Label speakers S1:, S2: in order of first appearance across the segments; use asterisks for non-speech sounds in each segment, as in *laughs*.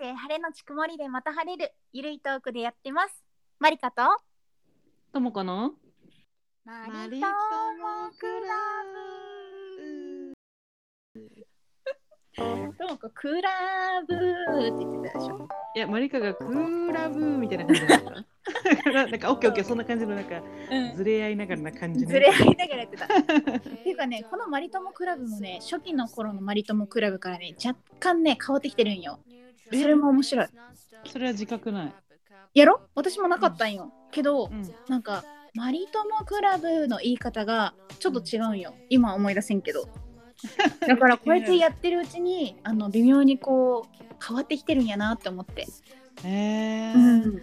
S1: で晴れのち曇りでまた晴れるゆるいトークでやってますマリカと
S2: ともこの
S1: マともこクラブって言ってたでしょ
S2: いやマリカがクーラブみたいな感じだった *laughs* なんかオッケーオッケーそんな感じのなんかずれ合いながらな感じね
S1: ずれ合いながらやってたっていうかねこのマリトモクラブもね初期の頃のマリトモクラブからね若干ね変わってきてるんよ
S3: え
S1: それも面白い
S2: それは自覚ない
S1: やろ私もなかったんよけど、
S2: うん
S1: なんかマリトモクラブの言い方がちょっと違うんよ今は思い出せんけ
S2: *laughs*
S1: どだからこうやってやってるうちにあの微妙にこう変わってきてるんやなって思って
S2: えー
S1: うん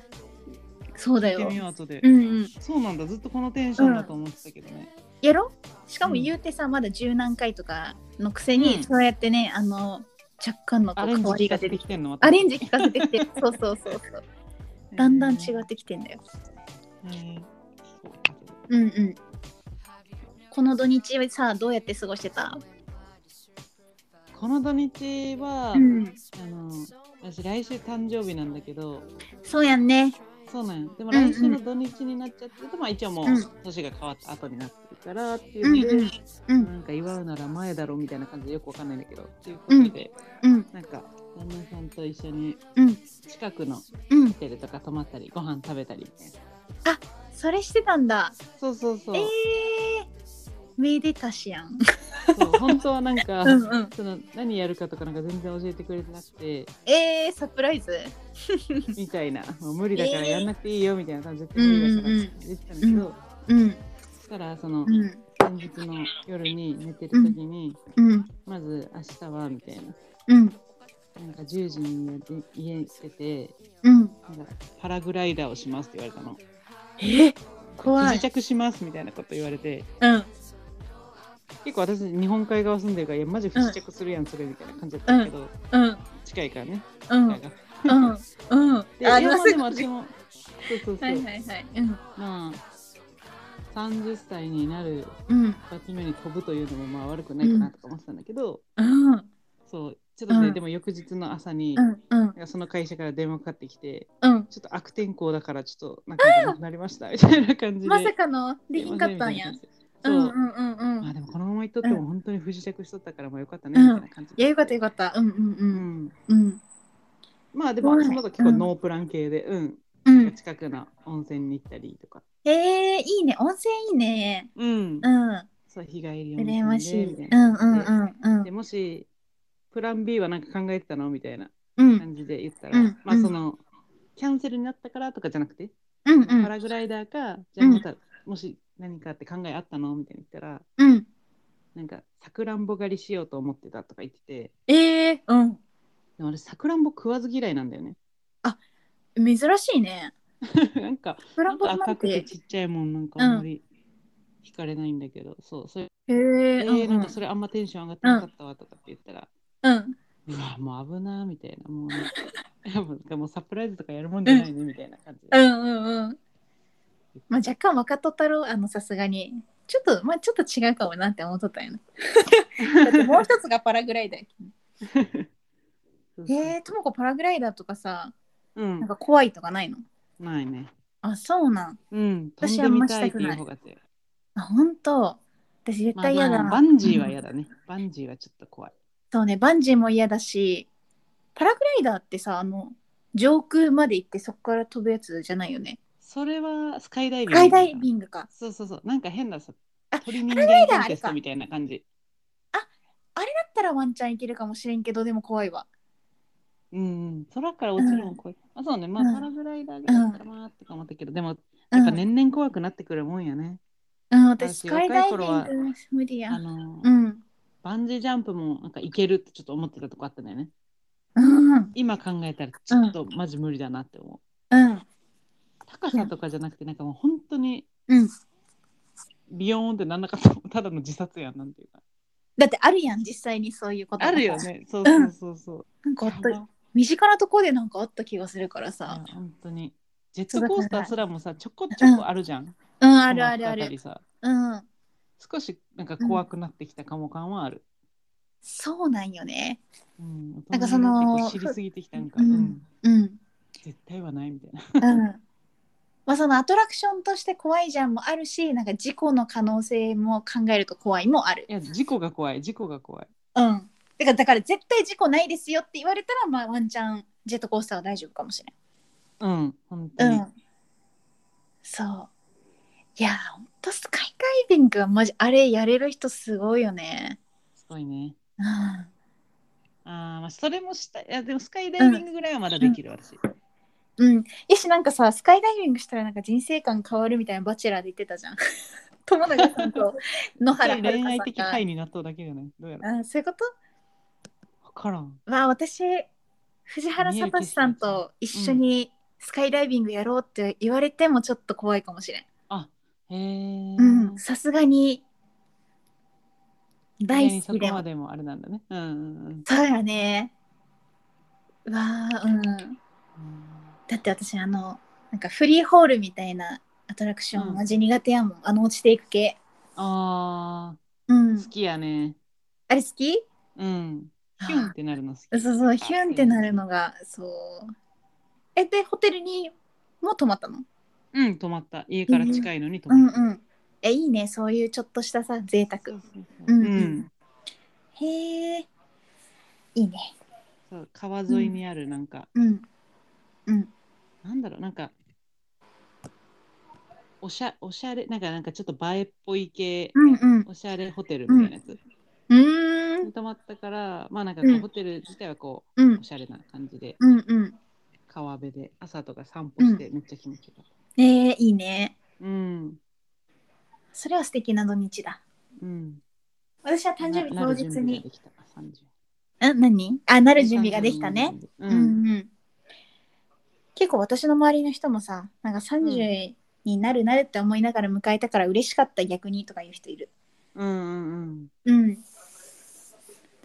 S1: そうだ
S2: 聞いて
S1: よ
S2: みよう後で、
S1: うんうん
S2: そうなんだずっとこのテンションだと思ってたけどね、
S1: やろしかも
S2: うん
S1: 言うてさまだ十何回とかのくせ
S2: う
S1: に
S2: ん
S1: そうやってねあの若干のこ
S2: ア
S1: う
S2: レン
S1: 変
S2: ジ
S1: わり
S2: 聞
S1: が
S2: か
S1: 出
S2: せ
S1: て
S2: て
S1: き
S2: きてんの私
S1: アレンジ聞かせてき
S2: *laughs*
S1: てそうそうそうそうだんだん違っ、てきてんだよ
S2: えーそう
S1: うんうんこの土日はさどうやって過ごしてた
S2: この土日は、
S1: うん
S2: あの私来週誕生日なんだけど
S1: そうやんね
S2: そうなんよでも
S1: うんうん
S2: 来週の土日になっちゃって、まあ一応もう
S1: うん
S2: 年が変わった後になってるからっていううんので、
S1: うんうん
S2: なんか祝うなら前だろみたいな感じでよくわかんないんだけどっていうことで、
S1: うん
S2: なんか旦那さんと一緒に
S1: うん
S2: 近くのホ
S1: うん
S2: テルとか泊まったりご飯食べたりみたいな
S1: それしてたんだ
S2: そうそうそう,、
S1: ええー、めでたしやん
S2: そう本当はなんか
S1: うんうん
S2: *laughs* その何やるかとかなんか全然教えてくれてなくて
S1: えー、サプライズ
S2: みたいなもう無理だから
S1: えー
S2: やんなくていいよみたいな感じで
S1: うんうん
S2: 無理だから言ってたんだけど、
S1: うん
S2: そしたらそ
S1: う
S2: の
S1: ん
S2: 前日の夜に寝てる時に、
S1: うん
S2: まず明日はみたいな。
S1: うん
S2: なんか10時に家に来てて、
S1: うん
S2: なんかパラグライダーをしますって言われたの。
S1: え怖
S2: 不
S1: い
S2: 時着しますみたいなこと言われて、
S1: うん
S2: 結構私、日本海側住んでるから、いや、マジ不時着するやん、それみたいな感じだったけど、
S1: うん
S2: 近いからね。
S1: うん
S2: なんか
S1: うんうん
S2: で、いや、まあ
S1: す
S2: で
S1: ぐ
S2: も私も、そうそうそう、
S1: はいはいはいうん
S2: まあ、30歳になる
S1: うん
S2: 一発目に飛ぶというのも、まあ悪くないかなとか思ってたんだけど、
S1: うん
S2: そう、ちょっとね、
S1: うん
S2: でも翌日の朝に、
S1: うんうん
S2: なんかその会社から電話かかってきて、
S1: うん
S2: ちょっと悪天候だから、ちょっとなんかなくなりましたみたいな感じで。
S1: まさかのできんかったんや
S2: すいませ
S1: うんん
S2: み
S1: う
S2: たいな感じで。そう。
S1: んうんう
S2: まあ
S1: ん
S2: でもこのまま行っとって
S1: う
S2: も
S1: ん
S2: 本当に不時着しとったからもうよかったね、
S1: うん
S2: みたいな感じ
S1: い
S2: で。
S1: やよかったよかったうんうんう
S2: うんん。
S1: うん
S2: まあでもその後結構ノープラン系で、うん。
S1: うん
S2: 近くの温泉に行ったりとか。
S1: えー、いいね温泉いいね
S2: うん
S1: う。ん
S2: そう、日帰り温泉で
S1: 羨ましい
S2: み
S1: う
S2: たい
S1: んうん
S2: な
S1: うんう
S2: で、
S1: ん
S2: もし、プラン B はなんか考えてたのみたいな
S1: うん
S2: 感じで言ったら、
S1: うん
S2: まあその、キャンセルになったからとかじゃなくて、
S1: うんう
S2: パ
S1: ん
S2: ラグライダーか、じゃあまた、もし何かって考えあったのみたいに言ったら、
S1: うん
S2: なんか、さくらんぼ狩りしようと思ってたとか言ってて、
S1: ええうん
S2: でも俺さくらんぼ食わず嫌いなんだよね *laughs*
S1: 珍しいね
S2: なんか
S1: ブ
S2: な
S1: ラ
S2: ん
S1: ボ
S2: か
S1: ーな
S2: 赤
S1: ん
S2: くて
S1: て
S2: ちっちゃいもんなんかあんまり惹かれないんだけど、そうそれ、
S1: へえ
S2: え
S1: うん
S2: ー、なんかそれあんまテンション上がってなかったわとかって言ったら、
S1: うん
S2: うわもう危なーみたいなもういやもうなんかもうサプライズとかやるもんじゃないねみたいな感じ
S1: う
S2: で、
S1: んうんうんまあ若干若とったろあのさすがにちょっとまあちょっと違うかもなって思っとったよ *laughs* ねだってもう一つがパラグライダー
S2: そうそう
S1: えー、ともこパラグライダーとかさ
S2: うん
S1: なんか怖いとかないの
S2: ないね
S1: あそうなん
S2: うん飛
S1: 私
S2: ん
S1: あ
S2: で
S1: んま
S2: み
S1: したた
S2: いって
S1: く
S2: い
S1: ないう
S2: 方が強い、
S1: あ本当私絶
S2: まあ
S1: 対嫌だな、
S2: まあバンジーは嫌だね、バンジーはちょっと怖い
S1: そうねバンジーも嫌だしパラグライダーってさあの上空まで行ってそこから飛ぶやつじゃないよね
S2: それはスカイダイビン
S1: ス
S2: グ
S1: カイダイビングか
S2: そうそうそうなんか変なさ
S1: あ
S2: 鳥人
S1: ラ
S2: 間
S1: イダー
S2: コンテス
S1: あれか
S2: トみたいな感じ
S1: だったらワンチャンいけるかもしれんけどでも怖いわ
S2: うん、空から落ちるのも怖い。まあ、そうね、ま
S1: うん
S2: あ、パラグライダーぐらいだったらなとか思ったけど、でも、やっぱ年々怖くなってくるもんやね。
S1: うん、私ス
S2: 私
S1: カイダイビン
S2: 若い
S1: グ無理や
S2: あの、
S1: うん
S2: バンジージャンプも、なんかいけるってちょっと思ってたとこあったんだよね。
S1: うん
S2: 今考えたら、ちょっとマジ無理だなって思う。
S1: うん
S2: 高さとかじゃなくて、なんかもう本当に
S1: うん
S2: ビヨーンってなんなかったもんただの自殺やん、なんていうか。
S1: だってあるやん実際にそういうことが
S2: あるよ
S1: *laughs*
S2: ね。そうそうそうそう。
S1: なんかあっ
S2: いや
S1: た身近なところでなんかあった気がするからさ
S2: 本当に。ジェットコースターすらもさ、ちょこちょこあるじゃん。
S1: うんあるあるあ
S2: 止まった
S1: る
S2: りさ
S1: うん
S2: 少しなんか怖くなってきたかも感はある。
S1: そうなんよね。
S2: うん、
S1: なんかその
S2: 大人になってこう知りすぎてきたんか、
S1: う
S2: うんん
S1: うん。
S2: 絶対はないみたいな。
S1: うん。まあそのアトラクションとして怖いじゃんもあるし、なんか事故の可能性も考えると怖いもある。
S2: いや事故が怖い事故が怖い。
S1: うん。だからだから絶対事故ないですよって言われたらまあワンチャンジェットコースターは大丈夫かもしれない。
S2: うん本当
S1: う
S2: に。
S1: ん、そういやーほんとスカイダイビングはマジあれやれる人すごいよね
S2: すごいね。
S1: うん
S2: ああまあそれもしたいいやでもスカイダイビングぐらいはまだできる、私。
S1: うんやしなんかさスカイダイビングしたらなんか人生観変わるみたいなバチェラーで言ってたじゃん *laughs* 友永さんと野原 *laughs* 遥
S2: 恋愛的
S1: さ
S2: 範囲
S1: ん
S2: になっただけじゃないどうやら。
S1: があそういうこ
S2: わからん。
S1: とまあ私藤原聡さんと一緒にスカイダイビングやろうって言われてもちょっと怖いかもしれん
S2: へえ。
S1: うんさすがに大
S2: ね
S1: 好き
S2: そ
S1: で
S2: こ
S1: も
S2: までもあれなんだね。うんうんうん
S1: そうやね。うわあ、うん。だって私あのなんかフリーホールみたいなアトラクショ
S2: う
S1: ン
S2: ん
S1: マジ苦手やもん。あの落ちていく系。
S2: あ
S1: う
S2: あ
S1: ん
S2: 好。きやね。
S1: あれ好き？
S2: うん。キュンってなるの好き。
S1: そうそうヒュンってなるのがそう。えでホテルにも泊まったの？
S2: うん泊まった家から近いのに泊
S1: うん
S2: まった。
S1: うん。えいいねそういうちょっとしたさ贅沢。
S2: そうそうそううん
S1: うん
S2: うん。
S1: へえ。いいね。
S2: そう川沿いにあるなんか。
S1: うん。うん。
S2: なんだろう、なんか、おしゃおしゃれ、なんか、なんかちょっと映えっぽい系、
S1: うんうん。
S2: おしゃれホテルみたいなやつ、
S1: うーん
S2: に泊まったから、まあなんかこう
S1: うん
S2: ホテル自体はこ
S1: う
S2: う、
S1: ん
S2: おしゃれな感じで、
S1: うんうん。
S2: 川辺で、朝とか散歩して、めっちゃ気持ちよかった。
S1: えー、いいね。
S2: うん、
S1: それは素敵な土日だ。
S2: うん。
S1: 私は誕生日当日
S2: なる準備が
S1: に。
S2: できた30
S1: うん、何あ、なる準備ができたね。。
S2: う。
S1: うんんうん。結構私の周りの人もさ、なんか30になるなるって思いながら迎えたから嬉しかった逆にとか言う人いる。
S2: うんうん
S1: うん。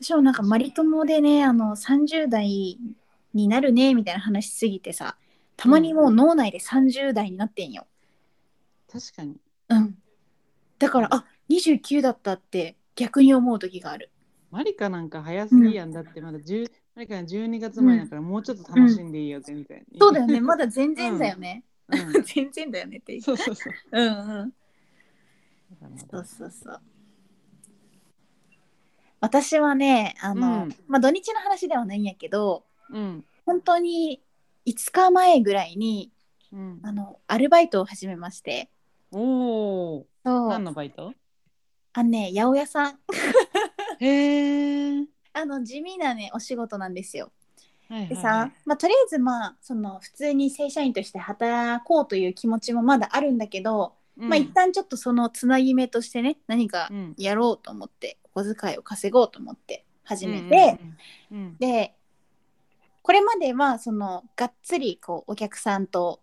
S1: 私もなんかマリトモでね、あの30代になるねみたいな話しすぎてさ、たまにもう脳内で30代になってんよ。
S2: 確かに。
S1: うん。だから、あ、29だったって逆に思う時がある。
S2: マリカなんか早すぎやんだって、まだ10、マリカなんか12月前だから、もうちょっと楽しんでいいよ、全然。
S1: そうだよ *laughs* ね、まだ全然だよね。
S2: う
S1: 全然だよねって
S2: ん。そうそうそう。
S1: うんうん。
S2: だからまだ
S1: そうそうそう。私はね、あの、
S2: うん
S1: まあ土日の話ではないんやけど、
S2: うん。
S1: 本当に5日前ぐらいに
S2: うん、
S1: あのアルバイトを始めまして、
S2: おお。
S1: そう、
S2: 何のバイト
S1: あのね、八百屋さん、 *laughs*
S2: へえ。
S1: あの地味なねお仕事なんですよ。
S2: はいはいは
S1: で
S2: い
S1: さ、まあとりあえずまあその普通に正社員として働こうという気持ちもまだあるんだけど、まあ一旦ちょっとそのつなぎ目としてね、何か
S2: うんうん
S1: やろうと思ってお小遣いを稼ごうと思って始めて、
S2: うんうん
S1: でこれまではそのがっつりこうお客さんと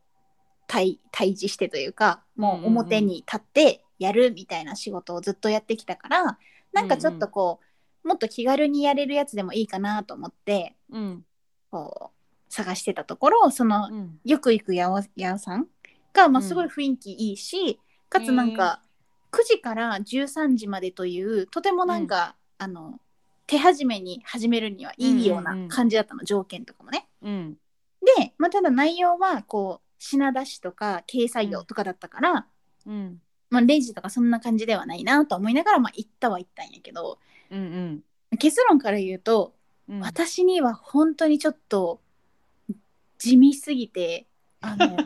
S1: 対対峙してというかも
S2: うんうん
S1: う
S2: うん
S1: 表に立ってやるみたいな仕事をずっとやってきたから、なんかちょっとこうもっと気軽にやれるやつでもいいかなと思って
S2: うん
S1: こう探してたところその
S2: うん
S1: よく行く八百屋さんが、まあ、
S2: うん
S1: すごい雰囲気いいし、かつなんか9時から13時までというとてもなんか、あの手始めに始めるにはいいよう
S2: うんうんう
S1: なん感じだったの、条件とかもね。
S2: うん
S1: で、まあ、ただ内容はこう品出しとか掲載業とかだったから、
S2: うん
S1: まあ、レジとかそんな感じではないなと思いながら、まあ、行ったは行ったんやけど
S2: うんうん
S1: 結論から言うと、
S2: うん
S1: 私には本当にちょっと地味すぎて。あ
S2: *laughs*
S1: のっ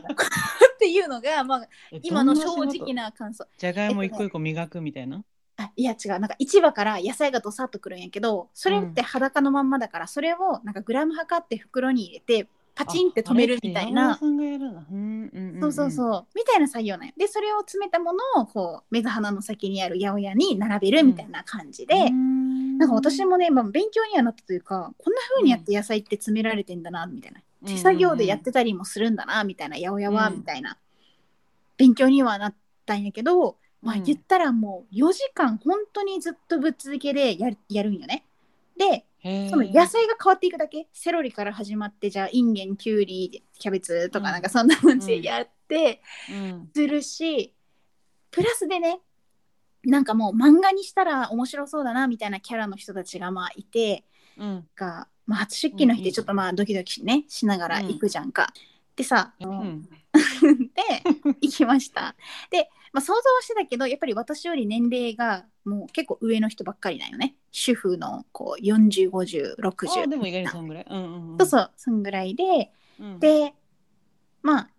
S1: ていうのが、まあ、
S2: え
S1: 今の
S2: どん
S1: 正
S2: 仕事
S1: 直な感想
S2: じゃがいも一個一個磨くみたいな
S1: あいや違うなんか市場から野菜がどさっとくるんやけどそれって裸のまんまだから、それをなんかグラム測って袋に入れてパチンって止めるみたい
S2: あ
S1: な
S2: あれって八百屋さんがやるなうんうんん
S1: そうそうそう、みたいな作業なんやでそれを詰めたものをこう目が鼻の先にある八百屋に並べるみたいな感じで、
S2: うん
S1: なんか私もね、まあ、勉強にはなったというかこんな風にやって野菜って詰められてんだなみたいな、手作業でやってたりもするんだなみたいな八百屋は
S2: うん
S1: みたいな勉強にはなったんやけど、まあ、
S2: うん
S1: 言ったらもう4時間本当にずっとぶっ続けでやるやるんよね。でその野菜が変わっていくだけセロリから始まってじゃあインゲンきゅうりキャベツと
S2: う
S1: か
S2: ん
S1: なんかそんな感じでやって
S2: うん
S1: するし、プラスでねなんかもう漫画にしたら面白そうだなみたいなキャラの人たちがまあいて
S2: うん
S1: が、まあ、初出勤の日
S2: うんう
S1: で
S2: ん
S1: ちょっとまあドキドキねしながら行くじゃんか。でさ、
S2: うん
S1: *laughs* で行きました。で、まあ、想像はしてたけどやっぱり私より年齢がもう結構上の人ばっかりなんよね主婦のこう
S2: あでも意外
S1: 405060
S2: にそんぐらい。うんうんうん、
S1: そうそうそんぐらいで
S2: うん、
S1: でまあ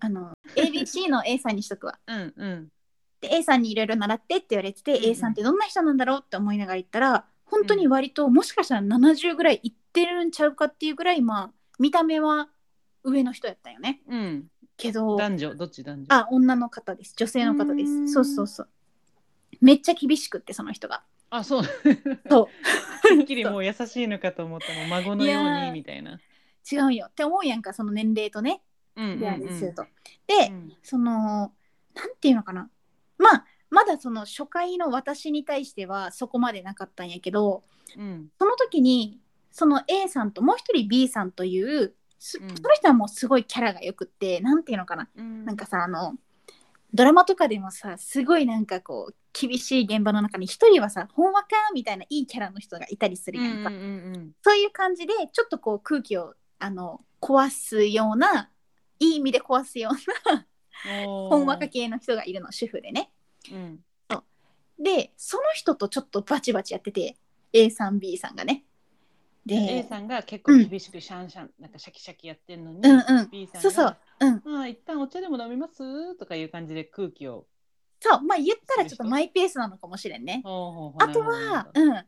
S1: あの ABC の A さんにしとくわ。
S2: うんうん、
S1: で A さんにいろいろ習ってって言われてて、
S2: うんうん
S1: A さんってどんな人なんだろうって思いながら行ったら本当に割ともしかしたら70ぐらい行ってるんちゃうかっていうぐらいまあ見た目は上の人やったよね
S2: うん、
S1: けど
S2: 男女どっち男女
S1: あ女の方です女性の方で
S2: うーん
S1: すそうそうそうめっちゃ厳しくってその人が
S2: あそう *laughs*
S1: そ
S2: てっきりもう優しいのかと思ったの孫のよ
S1: いうや
S2: に
S1: ー
S2: みたいな。
S1: う違うよって思うやんかその年齢とね
S2: うんうん
S1: 出会
S2: う
S1: い
S2: ん
S1: すると、でそのなんていうのかなまあまだその初回の私に対してはそこまでなかったんやけど、
S2: うん
S1: その時にその A さんともう一人 B さんというす
S2: うん
S1: その人はもうすごいキャラがよくってなんていうのかな
S2: うん、
S1: なんかさあのドラマとかでもさすごいなんかこう厳しい現場の中に一人はさほんわかみたいないいキャラの人がいたりす
S2: う
S1: る
S2: んう
S1: やん
S2: ん
S1: か、
S2: うん
S1: そういう感じでちょっとこう空気をあの壊すようないい意味で壊すような
S2: うん、おー
S1: ほんわか、系の人がいるの主婦でね
S2: うん、
S1: でその人とちょっとバチバチやってて A さん B さんがねで
S2: A さんが結構厳しくシャンシャン、なんかシャキシャキやってるのに、
S1: うんうん
S2: B さん
S1: そう
S2: が
S1: そううん
S2: まあ一旦お茶でも飲みますとかいう感じで空気を。
S1: そうまあ言ったらちょっとマイペースなのかもしれんね。
S2: ほうほうほう
S1: あと
S2: なる
S1: は
S2: ほどなるほど
S1: うん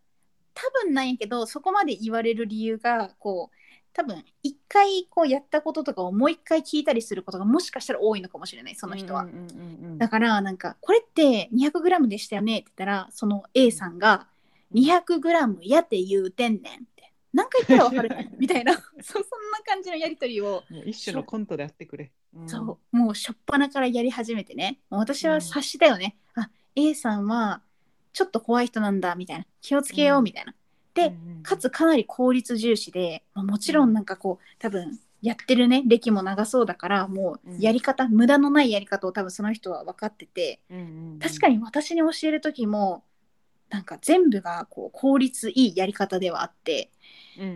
S1: 多分なんやけどそこまで言われる理由がこう多分一回こうやったこととかをもう一回聞いたりすることがもしかしたら多いのかもしれないその人は。
S2: うんうんうんうん
S1: だからなんか「これって 200g でしたよね」って言ったらその A さんが「200g やって言うてんねん」って「何回言ったら分かるねんみたいな *laughs* そそんな感じのやり取りを
S2: もう一種のコントであってくれ。うん
S1: そうもう初っ端からやり始めてねもう私は察しだよね、あ A さんはちょっと怖い人なんだみたいな気をつけよ
S2: う
S1: うんみたいな、で
S2: うんうん
S1: かつかなり効率重視で、まあ、もちろんなんかこう多分やってるね歴も長そうだからもうやり方、無駄のないやり方を多分その人は分かってて確か
S2: に
S1: に私に教える時もなんか全部がこう効率いいやり方ではあって、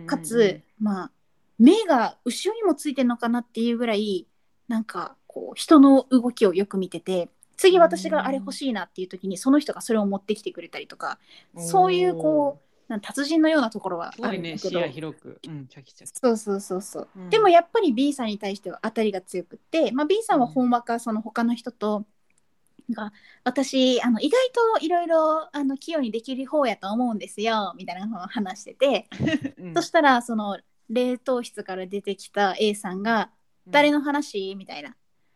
S1: かつ、まあ目が後ろにもついてるのかなっていうぐらいなんかこう人の動きをよく見てて次私があれ欲しいなっていう時にその人がそれを持ってきてくれたりとかそういうこなんか達人のようなところは
S2: す
S1: あ
S2: ご
S1: る
S2: い
S1: んだ
S2: ね
S1: け
S2: 視
S1: ど、
S2: 野広く、うん、チャキチャキ。
S1: そうそうそうそう、
S2: うん
S1: でもやっぱり B さんに対しては当たりが強くって、まあ、B さんはほんわかその他の人と。なんか私あの意外といろいろあの器用にできる方やと思うんですよみたいなのを話してて、
S2: うん
S1: そしたらその冷凍室から出てきた A さんが「誰の話?」みたいな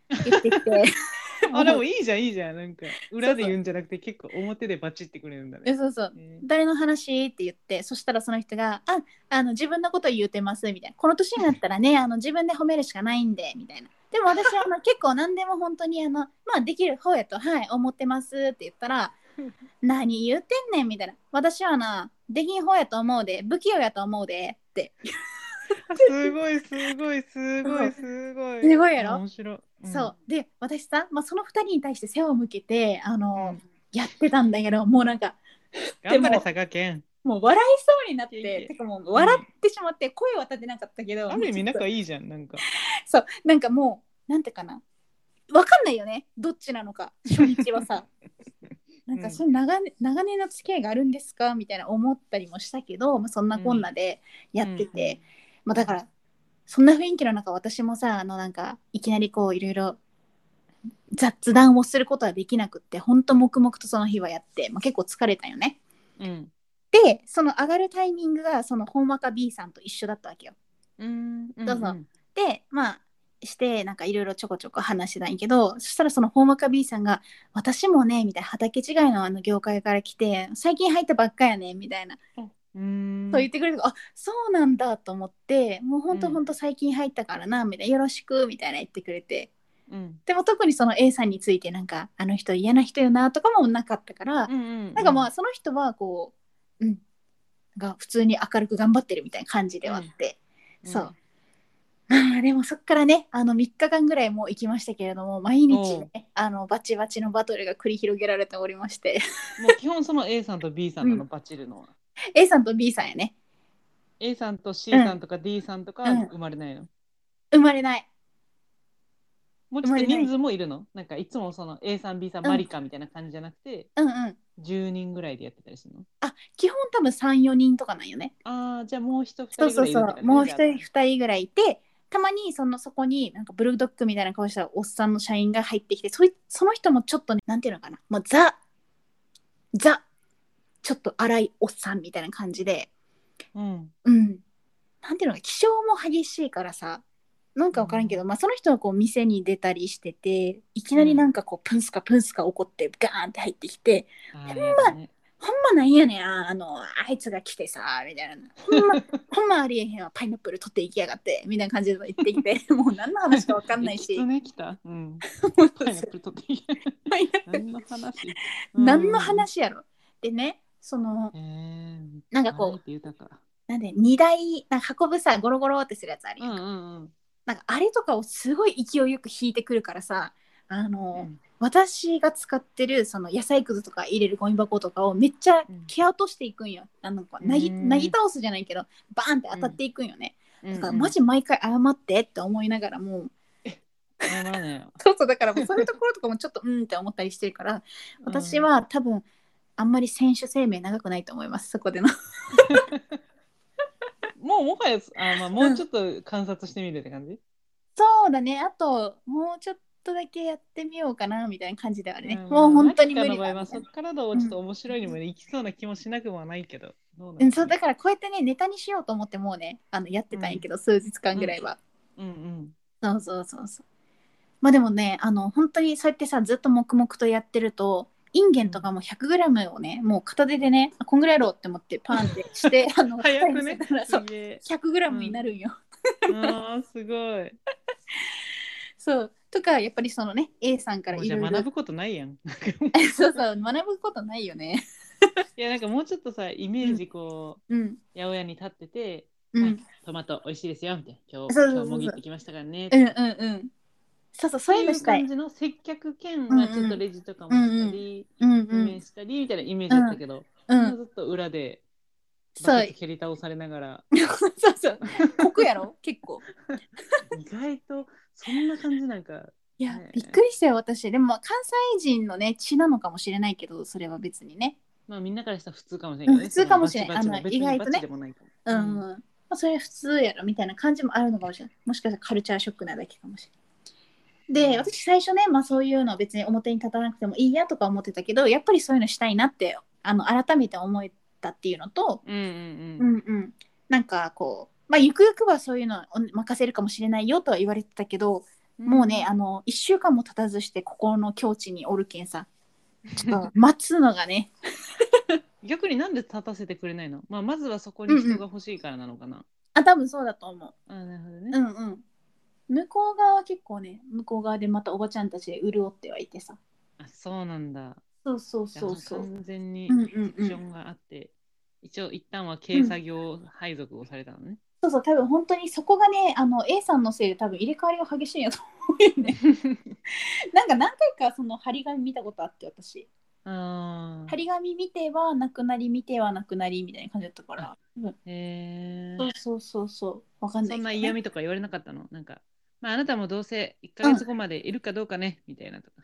S1: 言ってきて
S2: *laughs* あでもいいじゃんいいじゃんなんか裏で言うんじゃなくて結構表でバチってくれるんだ
S1: *laughs* え
S2: ね。
S1: そうそう
S2: ね
S1: 誰の話って言ってそしたらその人が「ああの自分のこと言うてます」みたいな「この年になった
S2: *laughs*
S1: らねあの自分で褒めるしかないんで」みたいな。でも私はあの結構何でも本当にあの、まあ、できる方やと、はい、思ってますって言ったら「何言うてんねん」みたいな「私はなできん方やと思うで不器用やと思うで」って
S2: すごいすごいすごいすごい。
S1: すごいやろ
S2: 面白い。ん
S1: そう。で私さ、まあ、その2人に対して背を向けてあの、
S2: うん
S1: やってたんだけどもうなんか
S2: 頑張れ佐賀県。
S1: もう笑いそうになっ
S2: いやい
S1: て
S2: や
S1: てかもう笑ってしまって声は立てなかったけど
S2: ある意味
S1: ちょっ
S2: 仲
S1: と
S2: いいじゃんなんか。
S1: そうなんかもうなんてかなわかんないよねどっちなのか初日は
S2: *laughs*
S1: さなん
S2: うん
S1: かその長,、長年の付き合いがあるんですかみたいな思ったりもしたけど、まあ、そんなこんなでやってて、まあ、だからそんな雰囲気の中私もさあのなんかいきなりこういろいろ雑談をすることはできなくってほんと黙々とその日はやって、まあ、結構疲れたよね。
S2: うん。
S1: でその上がるタイミングがそのほんわか B さんと一緒だったわけよ。
S2: うん。うん。
S1: どうぞでまあしてなんかいろいろちょこちょこ話してたんやけどそしたらそのほんわか B さんが「私もね」みたいな畑違いのあの業界から来て最近入ったばっかやねみたいな
S2: うん。
S1: そう言ってくれると、あそうなんだと思ってもうほんと
S2: うん
S1: ほんと最近入ったからなみたいな、よろしくみたいな言ってくれて
S2: うん。
S1: でも特にその A さんについてなんかあの人嫌な人よなとかもなかったから、
S2: うんうん。
S1: なんかまあその人はこううんが普通に明るく頑張ってるみたいな感じではあって、
S2: うん
S1: そう。ま *laughs* あでもそっからねあの3日間ぐらいもう行きましたけれども毎日ね、あのバチバチのバトルが繰り広げられておりまして
S2: もう基本その A さんと B さんなの、
S1: うん
S2: バチるのは。
S1: A さんと B さんやね
S2: A さんと C さんとか D さんとか
S1: うん
S2: 生まれないの、
S1: 生まれない
S2: もうちょっ
S1: 生ま
S2: と
S1: れない
S2: 人数もいるのなんかいつもその A さん B さん
S1: うん
S2: マリカみたいな感じじゃなくて、
S1: うんうん
S2: 10人ぐらいでやってたりするの
S1: あ基本多分34人とかなんよね
S2: ああじゃあもう一人
S1: そう
S2: 二人
S1: そう
S2: ぐらいいる
S1: そう、
S2: って感じ
S1: もう一人
S2: じゃ
S1: 二人ぐらいいてたまにそのそこになんかブルドッグみたいな顔したおっさんの社員が入ってきてそいその人もちょっとねなんていうのかなもうザザちょっと荒いおっさんみたいな感じで
S2: あうん
S1: うんなんていうのか気性も激しいからさなんか分からんけど、まあ、その人はこう店に出たりしてていきなりなんかこうプンスカプンスカ怒ってガーンって入ってきて
S2: あーやだね
S1: 「ほんまなんやねんあのあいつが来てさ」みたいな「ほんま *laughs* ほんまありえへんわパイナップル取っていきやがってみたいな感じで言ってきて *laughs* もう何の話か分かんない *laughs* し
S2: きつね来た
S1: *laughs*
S2: うんパイナップル取ってきた何の話
S1: 何の話やろ。でねその
S2: えー、
S1: なんかこう
S2: バラエティ豊か
S1: なんで荷台なんか運ぶさゴロゴロってするやつある
S2: う
S1: やん
S2: んうんうん
S1: なんかあれとかをすごい勢いよく引いてくるからさあの、
S2: うん
S1: 私が使ってるその野菜くずとか入れるゴミ箱とかをめっちゃ蹴落としていくんよ、あのこうなぎ
S2: うん
S1: なぎ倒すじゃないけどバーンって当たっていくんよね、
S2: うん
S1: だからマジ毎回謝ってって思いながら *laughs* もう
S2: 謝らないよ
S1: そうそうだからもうそういうところとかもちょっとうんって思ったりしてるから私は多分あんまり選手生命長くないと思いますそこでの
S2: もうもはやあ、まあ、もうちょっと観察してみるって感じ、
S1: *laughs* そうだねあともうちょっとだけやってみようかなみたいな感じではあるね、
S2: ん
S1: もう本当に無
S2: マ
S1: 理
S2: リカの
S1: だ
S2: 場合はそ
S1: み
S2: った
S1: いな
S2: からのちょっと面白いにもいきそうな気もしなくもないけど。どう
S1: う、
S2: なんん
S1: そうだからこうやってねネタにしようと思ってもうねあのやってたんやけど、数日間ぐらいは、
S2: うんうん。
S1: そうそうそうそうまあでもねあの本当にそうやってさずっと黙々とやってるとインゲンとかも 100g をねもう片手でねあこんぐらいやろうって思ってパンってして
S2: *laughs*
S1: あの
S2: 早く
S1: 二重
S2: ね
S1: にしたら。そう
S2: すげえ。
S1: 100g になるんよ、
S2: ああ、すごい。
S1: そうとかやっぱりそのね A さんから
S2: もう
S1: い
S2: じゃ
S1: ろ
S2: あ
S1: いろ
S2: 学ぶことないや
S1: *laughs*
S2: ん。
S1: そうそう学ぶことないよね。
S2: いや、なんかもうちょっとさ、イメージこう、
S1: うん
S2: 八百屋に立ってて、
S1: うん、
S2: はいトマト美味しいですよ、みたいな。今日、
S1: そうそう
S2: 今
S1: そうそう
S2: 日もぎってきましたからね。
S1: うんうんうん。そうそうそういうの
S2: っていう
S1: したい
S2: 感。じの接客兼、
S1: んうん
S2: まあ、ちょっとレジとかもしたり、
S1: うんう
S2: 運営
S1: ん
S2: したりみたいなイメージだったけど、
S1: う。
S2: もうんずっと裏で、
S1: そう *laughs*
S2: バケツ蹴り倒されながら、
S1: そう
S2: *laughs*
S1: そう。酷やろ結構。
S2: 意外とそんな感じなんか。
S1: いや
S2: ね
S1: びっくりしたよ私。でもまあ関西人のね血なのかもしれないけどそれは別にね。
S2: まあみんなからしたら普通かもしれないけどね、
S1: うん普通かもしれない
S2: その
S1: あの
S2: バチ
S1: 意
S2: バチも別
S1: 外とね
S2: にバチでもないか
S1: う
S2: ら
S1: ん。
S2: うん
S1: まあそれは普通やろみたいな感じもあるのかもしれない。もしかしたらカルチャーショックなだけかもしれない。で私最初ね、まあ、そういうの別に表に立たなくてもいいやとか思ってたけどやっぱりそういうのしたいなってあの改めて思えたっていうのと、
S2: うんう
S1: うんんうん、なんかこう、まあ、ゆくゆくはそういうのはお任せるかもしれないよとは言われてたけど、
S2: うん。
S1: もうねあの1週間も経たずしてここの境地におるけん *laughs* さちょっと待つのがね
S2: 逆になんで立たせてくれないのまあまずはそこに人が欲しいからなのかな。
S1: あ多分そうだと思
S2: ああなるほど
S1: うう
S2: ね。
S1: んうん向こう側は結構ね向こう側でまたおばちゃんたちで潤ってはいてさ
S2: あそうなんだ。
S1: そうそう
S2: じゃあ
S1: そうそう
S2: 完全に
S1: うん
S2: セ
S1: うんうん
S2: クションがあって、一応一旦は軽作業配属をされたのね。
S1: そうそう多分本当にそこがねあの A さんのせいで多分入れ替わりが激しいんやと思うよ *laughs* ねなんか何回かその張り紙見たことあって私
S2: *laughs* ああ
S1: 張。り紙見てはなくなり見てはなくなりみたいな感じだったから、うん
S2: へえ
S1: そうそうそうそうわかんな
S2: そ
S1: いけど
S2: んな
S1: ね、
S2: 嫌味とか言われなかったのなんか。まああなたもどうせ1ヶ月後までいるかどうかね、みたいなとか。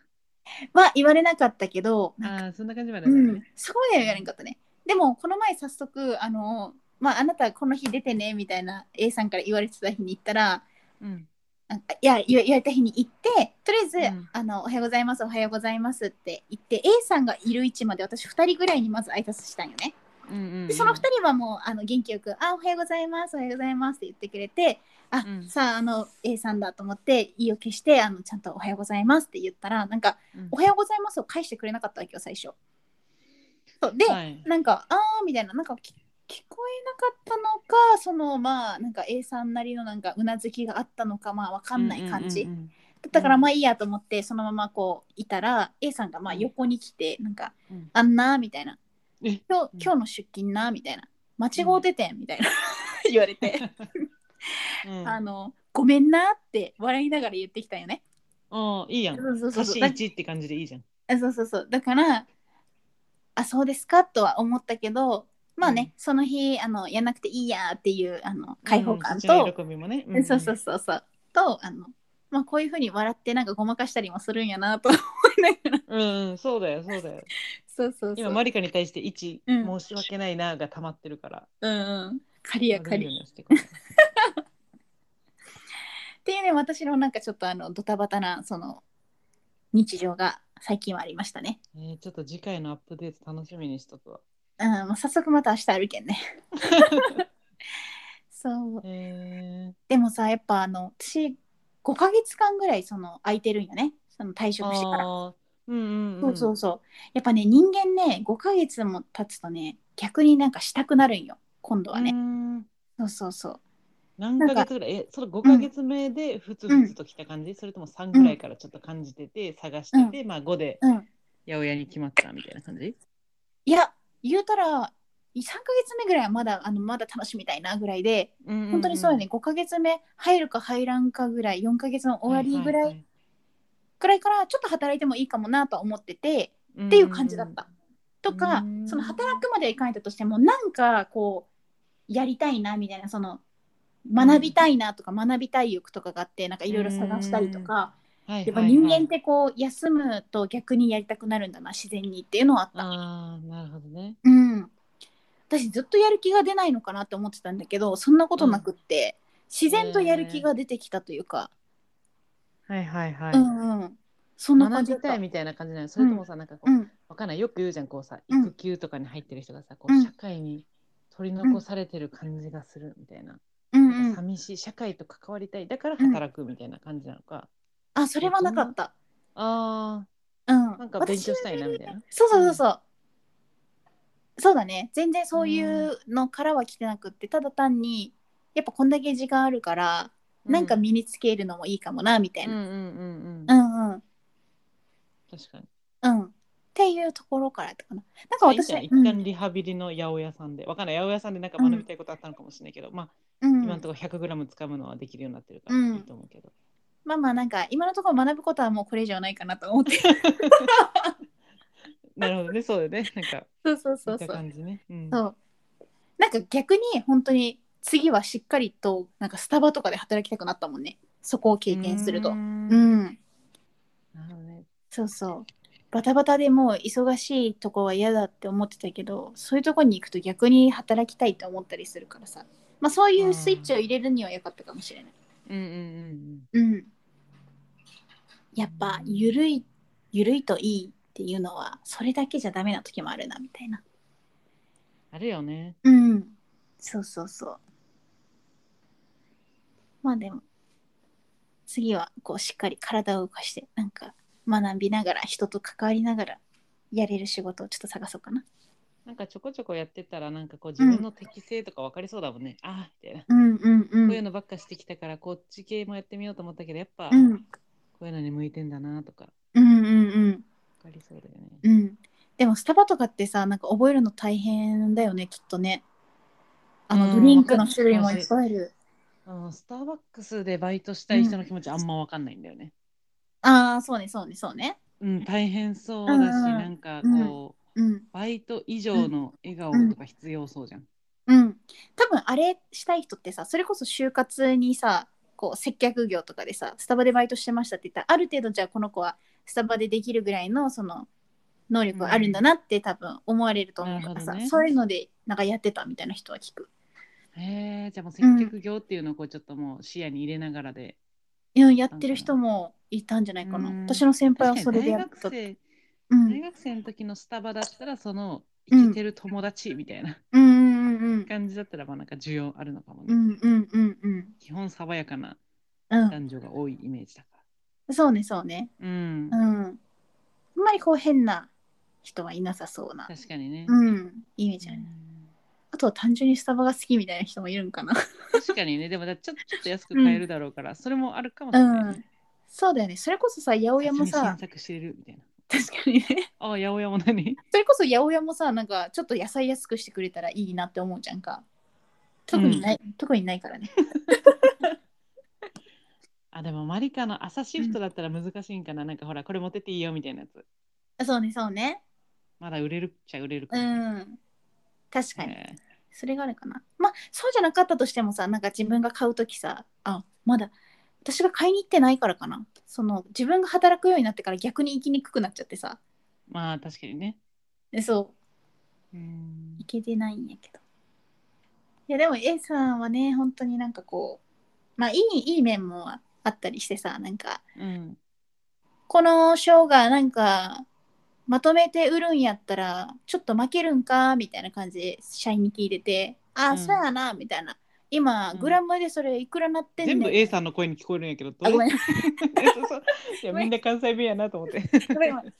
S1: は言われなかったけどなんか
S2: ああ、そんな感じまで
S1: う
S2: だよね。
S1: ん、そこまでは言われなかったねでもこの前早速あのまああなたこの日出てねみたいな A さんから言われてた日に行ったら
S2: うん
S1: なんかいや言わ言われた日に行ってとりあえず、
S2: うん
S1: あの「おはようございますおはようございます」って言って A さんがいる位置まで私2人ぐらいにまず挨拶したんよね。
S2: うんうんうん
S1: でその2人はもうあの元気よく「あおはようございますおはようございます」って言ってくれて「あ、
S2: うん
S1: さああの A さんだ」と思って意を消してあのちゃんと「おはようございます」って言ったらなんか
S2: うん
S1: 「おはようございます」を返してくれなかったわけよ最初。そうで、
S2: はい
S1: なんか「あー」みたいななんかき聞こえなかったのかそのまあなんか A さんなりのなんかうなずきがあったのかまあわかんない感じ、
S2: うんうんうん
S1: だったからまあいいやと思ってそのままこういたら A さんがまあ横に来てなんか
S2: うん
S1: 「あんな」みたいな
S2: え
S1: 今日
S2: うん
S1: 今日の出勤 *laughs*
S2: *laughs*
S1: なみたいな間違うててんみたいな言われて、
S2: うん
S1: あのごめんなって笑いながら言ってきたよね。
S2: ああ、いいやん。
S1: そうそうそう
S2: 貸
S1: そう
S2: し
S1: だ
S2: 1って感じでいいじゃん。
S1: あそうそうそうだからあそうですかとは思ったけどまあね、
S2: うん
S1: その日あのやんなくていいやっていうあの開放
S2: うん
S1: 感
S2: そっち
S1: と
S2: の、喜びもね。ん
S1: えそうそう。そうそうとあの、まあ、こういうふうに笑ってなんかごまかしたりもするんやなと思 *laughs* いながら
S2: うんうん、そうだよ、そうだよ。
S1: そうそうそう
S2: 今、マリカに対して1、
S1: うん
S2: 申し訳ないなが溜まってるから。
S1: うんうん借りや借り
S2: 悪いようにしてくれ
S1: っていうね私のなんかちょっとあのドタバタなその日常が最近はありましたね。
S2: えーちょっと次回のアップデート楽しみにしとくわ。
S1: うん、もう早速また明日あるけん
S2: *laughs*
S1: ね。そう
S2: えー、
S1: でもさやっぱあの私5ヶ月間ぐらいその空いてるんよねその退職してから。
S2: あーうんうん、うん、
S1: そうそうそうやっぱね人間ね5ヶ月も経つとね逆になんかしたくなるんよ今度は
S2: う
S1: ね。
S2: ん
S1: そうそうそう
S2: 何ヶ月ぐらいえその5ヶ月目でふつふつときた感じ、それとも3ぐらいからちょっと感じてて、探してて、まあ5で
S1: うん。
S2: 八百屋に決まったみたいな感じ
S1: いや言うたら3ヶ月目ぐらいはまだあのまだ楽しみたいなぐらいで
S2: 本
S1: 本当にそうやね、5ヶ月目入るか入らんかぐらい4ヶ月の終わりぐらいくらいからちょっと働いてもいいかもなとは思ってて
S2: っ
S1: っていう感じだった。とか
S2: うん
S1: その働くまではいかないとしてもなんかこうやりたいなみたいなその学びたいなとか学びたい欲とかがあってなんかいろいろ探したりとかやっぱ人間ってこう休むと逆にやりたくなるんだな自然にっていうのはあった。
S2: ああなるほどね
S1: うん、私ずっとやる気が出ないのかなって思ってたんだけどそんなことなくって、自然とやる気が出てきたというか、
S2: はいはいはい、
S1: うんうんそんな感
S2: 学
S1: じだっ
S2: び
S1: た
S2: たいみたいな感じなのそれともさ、なんかこ
S1: う
S2: うんわかんないよく言うじゃんこうさ
S1: うん
S2: 育休とかに入ってる人がさこ
S1: うん
S2: う社会に取り残されてる感じがするみたいな、
S1: うん
S2: なんか
S1: うん、
S2: 寂しい社会と関わりたいだから働くみたいな感じなのか、
S1: あそれはなかった、
S2: あ
S1: うん、
S2: あなんか勉強したいなみたいな
S1: 私そうそうそうそう、そうだね全然そういうのからは来てなくってただ単にやっぱこんだけ時間あるから、なんか身につけるのもいいかもなみたい
S2: うんう
S1: な、
S2: んうんうん、
S1: うん、うん
S2: 確かに
S1: うんっていうところからとかななんか私
S2: いいんじ
S1: う
S2: ゃない一
S1: ん
S2: 旦リハビリの八百屋さんでわかんない八百屋さんでなんか学びたいことあったのかもしれないけど、まあ
S1: うん
S2: 今のところ 100g つかむのはできるようになってるから
S1: うん
S2: いいと思うけど、
S1: まあまあなんか今のところ学ぶことはもうこれ以上ないかなと思
S2: *laughs*
S1: って
S2: なるほどねそうだ
S1: *laughs*
S2: よねなんか
S1: そうそう
S2: そ
S1: そうう
S2: いった
S1: そう
S2: 感じねうん
S1: そうなんか逆に本当に次はしっかりとなんかスタバとかで働きたくなったもんねそこを経験すると
S2: うー
S1: うんん
S2: なるほどね
S1: そうそうバタバタでもう忙しいとこは嫌だって思ってたけどそういうとこに行くと逆に働きたいって思ったりするからさまあそういうスイッチを入れるには良かったかもしれない
S2: うんうんうん
S1: うんやっぱゆるいゆるいといいっていうのはそれだけじゃダメな時もあるなみたいな
S2: あるよね
S1: うんそうそうそうまあでも次はこうしっかり体を動かしてなんか学びながら人と関わりながらやれる仕事をちょっと探そうかな
S2: なんかちょこちょこやってたらなんかこう自分の適性とか分かりそうだもんね、ああみたいな、
S1: うんうんう
S2: こういうんのばっかしてきたからこっち系もやってみようと思ったけどやっぱ
S1: う
S2: こ
S1: ん
S2: ういうのに向いてんだなとか
S1: うんうんうん
S2: 分かりそうだよね、
S1: うんでもスタバとかってさなんか覚えるの大変だよねきっとねあの
S2: うん
S1: ドリンクの種類もいっぱいある
S2: うん、スターバックスでバイトしたい人の気持ちあんま分かんないんだよね。
S1: ああそうねそうねそうね
S2: うん、大変そうだし、
S1: うん
S2: なんかこ
S1: う
S2: う、
S1: ん
S2: バイト以上の笑顔とか必要そうじゃん。
S1: うん多分あれしたい人ってさそれこそ就活にさこう接客業とかでさスタバでバイトしてましたって言ったらある程度じゃあこの子はスタバでできるぐらいのその能力があるんだなって多分思われると思うから
S2: なるほ
S1: さ、
S2: どね
S1: そういうのでなんかやってたみたいな人は聞く。
S2: へえ、じゃあもう接客業っていうのをこうちょっともう視野に入れながらで。
S1: いややってる人もいたんじゃないかな。
S2: うん
S1: 私の先輩は
S2: 確
S1: そ
S2: か
S1: れ
S2: に
S1: で
S2: 大
S1: やってた
S2: 学。生、
S1: うん、
S2: 大学生の時のスタバだったら、その生きてる友達みたいな
S1: うんうんうん
S2: 感じだったら、まあなんか需要あるのかも
S1: う
S2: ね。
S1: んうんうんうん
S2: 基本爽やかな
S1: う
S2: 男女が多いイメージだか
S1: んそうねそうね
S2: ら。うん
S1: う、んあんまりこう変な人はいなさそうな
S2: 確かにね。
S1: うんイメージあるあとは単純にスタバが好きみたいな人もいるんかな
S2: 確かにね、でもだちょちょっと安く買えるだろうから、それもあるかもしれない、ね。
S1: そうだよねそれこそさ八百屋もさ
S2: 新作してるみたいな。
S1: 確かにね
S2: ああ、八百屋も何
S1: *laughs* それこそ八百屋もさなんかちょっと野菜安くしてくれたらいいなって思うじゃんか特にない、特にないからね
S2: でもマリカの朝シフトだったら難しいんかな、なんかほらこれ持ってっていいよみたいなやつ
S1: *laughs* そうねそうね
S2: まだ売れるっちゃ売れるか
S1: う
S2: も
S1: ん確かに、
S2: ね
S1: それがあるかなまあそうじゃなかったとしてもさなんか自分が買う時さあまだ私が買いに行ってないからかなその自分が働くようになってから逆に行きにくくなっちゃってさ
S2: まあ確かにね
S1: でそう
S2: うん
S1: いけてないんやけど。いやでも A さんはね本当になんかこうまあいいいい面もあったりしてさなんか
S2: うん
S1: この賞がなんかまとめて売るんやったらちょっと負けるんかみたいな感じで社員に聞いててああ、
S2: うん
S1: そうやなみたいな今
S2: うん
S1: グラムでそれいくらなってんね
S2: 全
S1: ん
S2: 部 A さんの声に聞こえるんやけどど
S1: あごめん
S2: *laughs* そうそういや
S1: ごめん
S2: みんな関西弁やなと思って
S1: ごめんごめん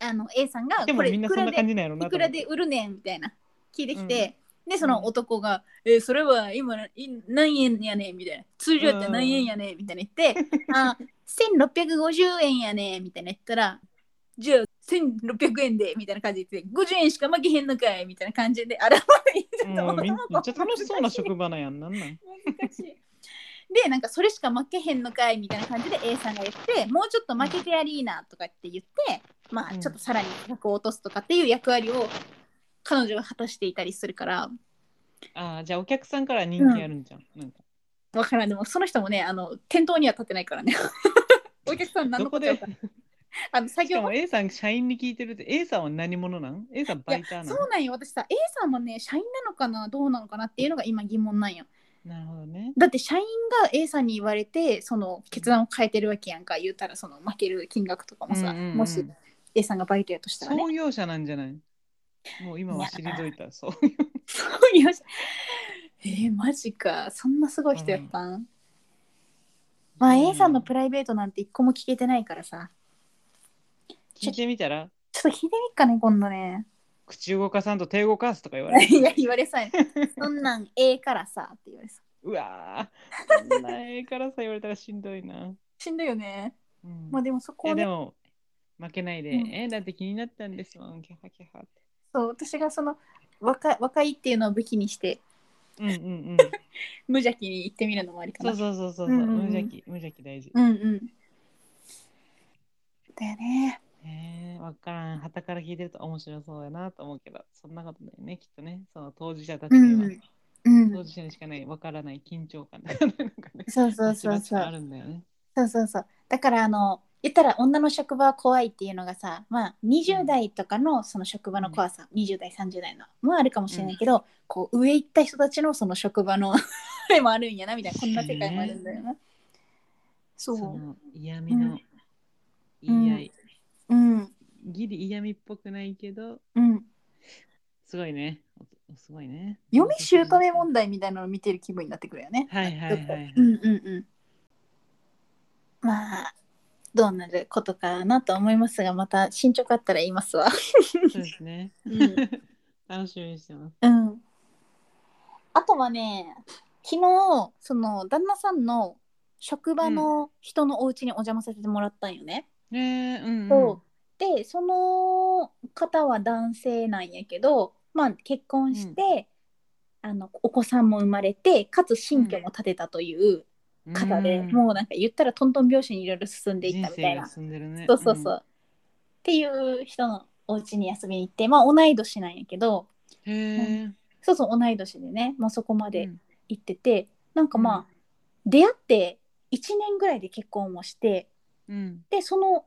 S1: あの A さんが
S2: で
S1: こ
S2: も
S1: れ
S2: み
S1: い
S2: んな
S1: く
S2: そ
S1: ら
S2: んな
S1: で
S2: 感じなんやろないと
S1: く
S2: 思
S1: ら
S2: って
S1: で売るねんみたいな聞いてきて、でその男が「えーそれは今い何円やねん」みたいな「通常やったら何円やねん」みたいな言って
S2: *laughs*
S1: 「あ1650円やねん」みたいな言ったら「じゃあ1600円で」みたいな感じで言って「50円しか負けへんのかい」みたいな感じであらまい
S2: もうみんめ
S1: *laughs*
S2: っちゃ楽しそうな
S1: 難
S2: 職場なんやんなん
S1: *laughs*
S2: なん
S1: しいでなんかそれしか負けへんのかいみたいな感じで A さんが言ってもうちょっと負けてやりーなとかって言ってまあ
S2: うん
S1: ちょっとさらに額を落とすとかっていう役割を彼女が果たしていたりするから
S2: あーじゃあお客さんから人気あるんじゃん,、なんか
S1: わからんでもその人もねあの店頭には立ってないから
S2: *laughs*
S1: ねお客さん何
S2: ど
S1: の
S2: こ
S1: ことや
S2: で
S1: かあの作
S2: しか
S1: 業
S2: も A さん社員に聞いてるって A さんは何者なん ?A さんバイターな
S1: そ
S2: の
S1: うなんよ私さ A さんもね社員なのかなどうなのかなっていうのが今疑問なんよ
S2: なるほどね
S1: だって社員が A さんに言われてその決断を変えてるわけやんか言うたらその負ける金額とかもさ、
S2: うんうんうん
S1: もし A さんがバイトやとしたらね
S2: 創業者なんじゃないもう今は退いたそう
S1: そう *laughs* よしえー、マジかそんなすごい人やったん、まあ A さんのプライベートなんて一個も聞けてないからさ
S2: 聞いてみたら
S1: ちょっと聞いてみっかね今度ね *laughs*
S2: 口動かさんと手動かすとか言われる
S1: いや言われ *laughs* そうやねそんなんええからさって言われそう
S2: わーそんなええからさ言われたらしんどいな、
S1: うしんどいよね
S2: うん
S1: まあでもそ
S2: い
S1: こ
S2: や
S1: を
S2: で
S1: ね
S2: も負けないで、
S1: うん
S2: えだって気になったんですもんキャハキャハって
S1: そう私がその若い若いっていうのを武器にして
S2: う
S1: *laughs*
S2: んうんうん
S1: 無邪気に行ってみるのもありか
S2: そ
S1: な
S2: うそうそうそうそう、
S1: うんうんうん
S2: 無邪気無邪気大事、
S1: うんうんだよね
S2: えー、わからん旗から聞いてると面白そうやなと思うけどそんなことないねきっとねその当事者たちには、
S1: うんうん
S2: 当事者にしかないわからない緊張感 *laughs* なんかね
S1: そうそうそう
S2: バチ
S1: そ
S2: バチあ
S1: う
S2: るんだよね
S1: そうそうそうだからあの言ったら女の職場は怖いっていうのがさまあ20代とかのその職場の怖さ、20代30代のもあるかもしれないけど、こう上行った人たちのその職場の *laughs* あれもあるんやなみたいなこんな世界もあるんだよな、そ
S2: そうの嫌味の
S1: う
S2: 言
S1: ん
S2: い合い、
S1: うん
S2: ギリ嫌味っぽくないけど
S1: うん
S2: すごいねおすごいね
S1: 嫁姑
S2: も
S1: 問題みたいなのを見てる気分になってくるよね。
S2: はいはいはいはい
S1: ちょっとうんうんうん。まあどうなることかなと思いますがまた進捗あったら言いますわ。
S2: そうですね
S1: うん、
S2: 楽しみにしてます
S1: うん、あとはね昨日その旦那さんの職場の人のお家にお邪魔させてもらったんよね。
S2: ねえうん、うん、
S1: そうでその方は男性なんやけど、まあ、結婚して、あのお子さんも生まれてかつ新居も建てたという
S2: うん
S1: 方で、もうなんか言ったらトントン拍子にいろいろ進んでいったみたいな
S2: 人生が、進んでるね
S1: そうそうそう、っていう人のお家に遊びに行ってまあ同い年なんやけど
S2: うんへえ
S1: そうそう同い年でねもうそこま
S2: う
S1: で
S2: ん
S1: 行ってて、なんかまあ、出会って1年ぐらいで結婚もして。
S2: うん
S1: でその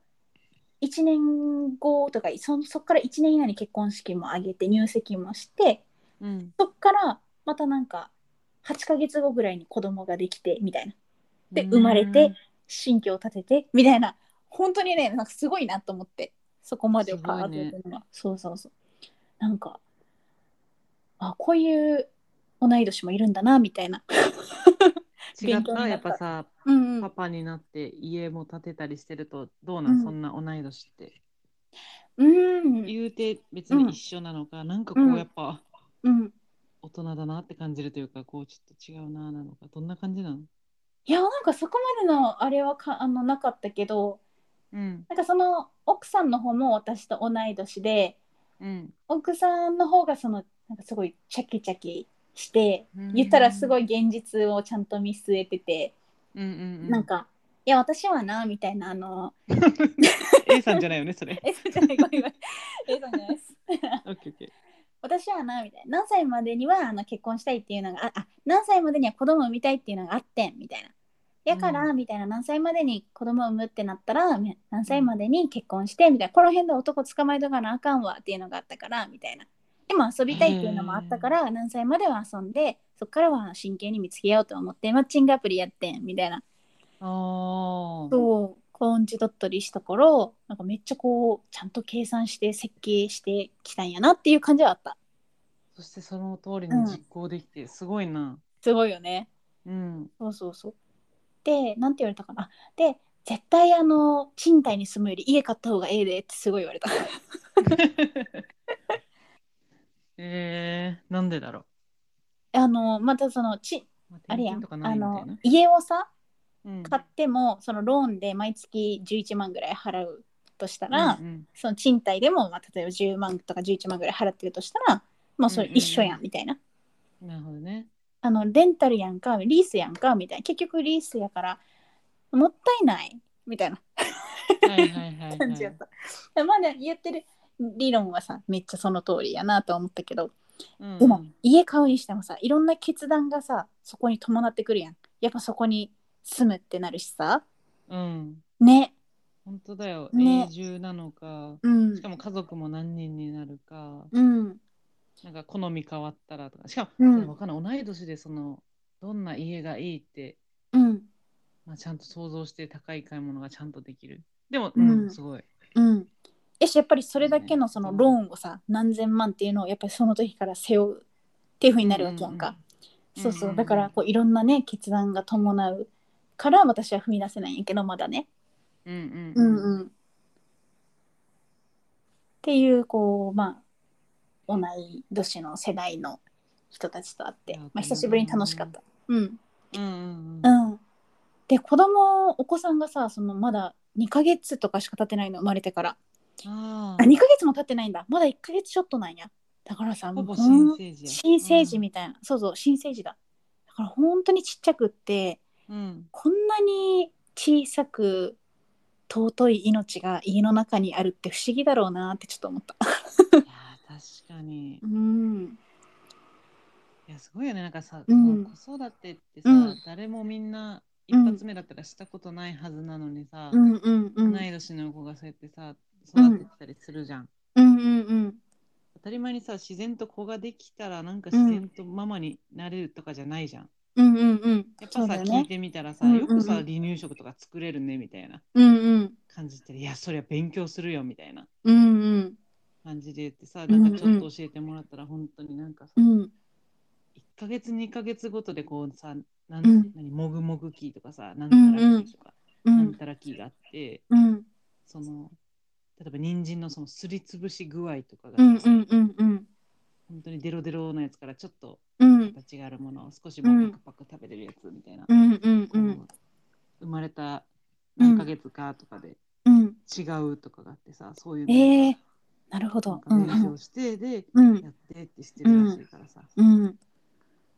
S1: 1年後とかそそこから1年以内に結婚式も挙げて入籍もして
S2: うん
S1: そこからまたなんか8ヶ月後ぐらいに子供ができてみたいなで生まれて新居を建ててみたいな本当にねなんかすごいなと思ってそこまでをパーってやってるのが、そうそうそうなんかあこういう同い年もいるんだなみたいな
S2: うん違っ
S1: 勉強になった
S2: たやっぱさ
S1: うん、う
S2: パ
S1: ん、
S2: パになって家も建てたりしてるとどうな
S1: う
S2: ん、
S1: ん
S2: そんな同い年って
S1: うん
S2: 言うて別に一緒なのか、なんかこ
S1: う
S2: うんやっぱ
S1: うん
S2: 大人だなって感じるというかこうちょっと違うななのかどんな感じなの
S1: いやなんかそこまでのあれはかあのなかったけど
S2: うん
S1: なんかその奥さんの方も私と同い年で
S2: うん
S1: 奥さんの方がそのなんかすごいチャキチャキして言ったらすご
S2: い
S1: い現実をちゃんと見据えてて
S2: うんうん
S1: なんか「いや私はな」みたいなあ
S2: *laughs*
S1: の
S2: A さんじゃないよね、 *laughs* それ。
S1: えそうじゃないごめんごめんえそうじゃないです
S2: オッケーオッケ
S1: 私はなみたいな何歳までにはあの結婚したいっていうのがああ何歳までには子供産みたいっていうのがあってんみたいなやから、
S2: う
S1: みたいな何歳までに子供産むってなったらみ何歳までに結婚してみたいなこの辺で男捕まえとかなあかんわっていうのがあったからみたいなでも遊びたいっていうのもあったから何歳までは遊んでそっからは真剣に見つけようと思ってマッチングアプリやってんみたいな
S2: ー。ああ。
S1: そう感じだったりしたからなんかめっちゃこうちゃんと計算して設計してきたんやなっていう感じはあった
S2: そしてその通りに実行できて、すごいな。
S1: すごいよね
S2: うん。
S1: そうそうそう。で、なんて言われたかな。あで、絶対あの、賃貸に住むより家買った方がええでってすごい言われた。
S2: *laughs*
S1: *laughs*
S2: えー、なんでだろ
S1: あの、またその、ち、
S2: う。
S1: あれやん
S2: とか、な
S1: あ
S2: いみたい
S1: の
S2: な、。
S1: 家をさ、
S2: うん
S1: 買っても、そのローンで毎月11万ぐらい払うとしたら、
S2: うんうん
S1: その賃貸でも、まあ、例えば10万とか11万ぐらい払ってるとしたら、まあ、それ一緒やんみたいな。
S2: なるほどね。
S1: あのレンタルやんかリースやんかみたいな結局リースやからもったいないみたいな
S2: はいはいはい、は
S1: *laughs*
S2: い。
S1: 感じやった。まあね言ってる理論はさめっちゃその通りやなとは思ったけど
S2: うん
S1: でも家買うにしてもさいろんな決断がさそこに伴ってくるやん。やっぱそこに住むってなるしさ
S2: うん。
S1: ね
S2: 本当だよ。
S1: ね
S2: 永住なのか。
S1: うん
S2: しかも家族も何人になるか、
S1: うん
S2: なんか好み変わったらとか、しかも、
S1: うん
S2: わかんない、同い年でその、どんな家がいいって、
S1: うん
S2: まあ、ちゃんと想像して高い買い物がちゃんとできる。でも、
S1: う
S2: うんん、すごい。
S1: うん。えしやっぱりそれだけのそのローンをさ何千万っていうのをやっぱりその時から背負うっていうふうになるわけやんか。
S2: うん
S1: そうそううんだからこういろんなね決断が伴うから私は踏み出せないんやけどまだね。
S2: うんう
S1: うんんうん、っていうこうまあ同い年の世代の人たちと会って
S2: なるほ、ど
S1: まあ、久しぶりに楽しかった。うん
S2: うんうん
S1: う
S2: うん
S1: ん、で子供お子さんがさそのまだ2ヶ月とかしか経ってないの生まれてから
S2: あ
S1: あ2ヶ月も経ってないんだまだ1ヶ月ちょっとなんやだからさ
S2: あ、
S1: も
S2: ほぼ
S1: う
S2: 新生児や。
S1: 新生児みたいな、そうそう新生児だだから本当にちっちゃくって
S2: うん。
S1: こんなに小さく尊い命が家の中にあるって不思議だろうなってちょっと思った。
S2: うん、いやー、確かに。
S1: うん、
S2: いや、すごいよね。なんかさ、
S1: うん
S2: こう子育てってさ、
S1: うん
S2: 誰もみんな一
S1: うん
S2: 発目だったらしたことないはずなのにさ、
S1: うんうんうん
S2: 同い年の子がそうやってさ、育ててたりするじゃん。
S1: うんうんうん
S2: 当たり前にさ、自然と子ができたら、なんか自然とママになれるとかじゃないじゃん。
S1: うんうんうん
S2: やっ
S1: そ
S2: ぱ
S1: うだよ
S2: さ、聞い
S1: ね。
S2: てみたらさ、
S1: うんうんうん
S2: よくさ、離乳食とか作れるねみたいな
S1: うんうん
S2: 感じって、いや、そりゃ勉強するよみたいな。
S1: うんうん
S2: 感じで言ってさ、
S1: うんうん
S2: なんかちょっと教えてもらったら、本当になんかさ、
S1: うん
S2: 1ヶ月、2ヶ月ごとでこうさ、なん
S1: うん
S2: 何もぐもぐキーとかさ、なん
S1: う
S2: た
S1: ん
S2: らキーとか、
S1: う
S2: なん
S1: ん
S2: たらキーがあって、
S1: うん
S2: その、例えば人参のそのすりつぶし具合とかが、
S1: うんうんうんうん
S2: 本当にデロデロのやつからちょっと
S1: うん
S2: 形があるものを少し
S1: うん
S2: もパクパク食べれるやつみたいな、
S1: うんうんう
S2: こ
S1: ん
S2: う生まれた何ヶ月かとかで
S1: うん
S2: 違うとかがあってさ、そういうの
S1: えー、なるほ
S2: な
S1: ど。
S2: んか
S1: うんう
S2: 勉強
S1: ん
S2: して、で、
S1: うん
S2: やってってしてるらしいからさ、
S1: うん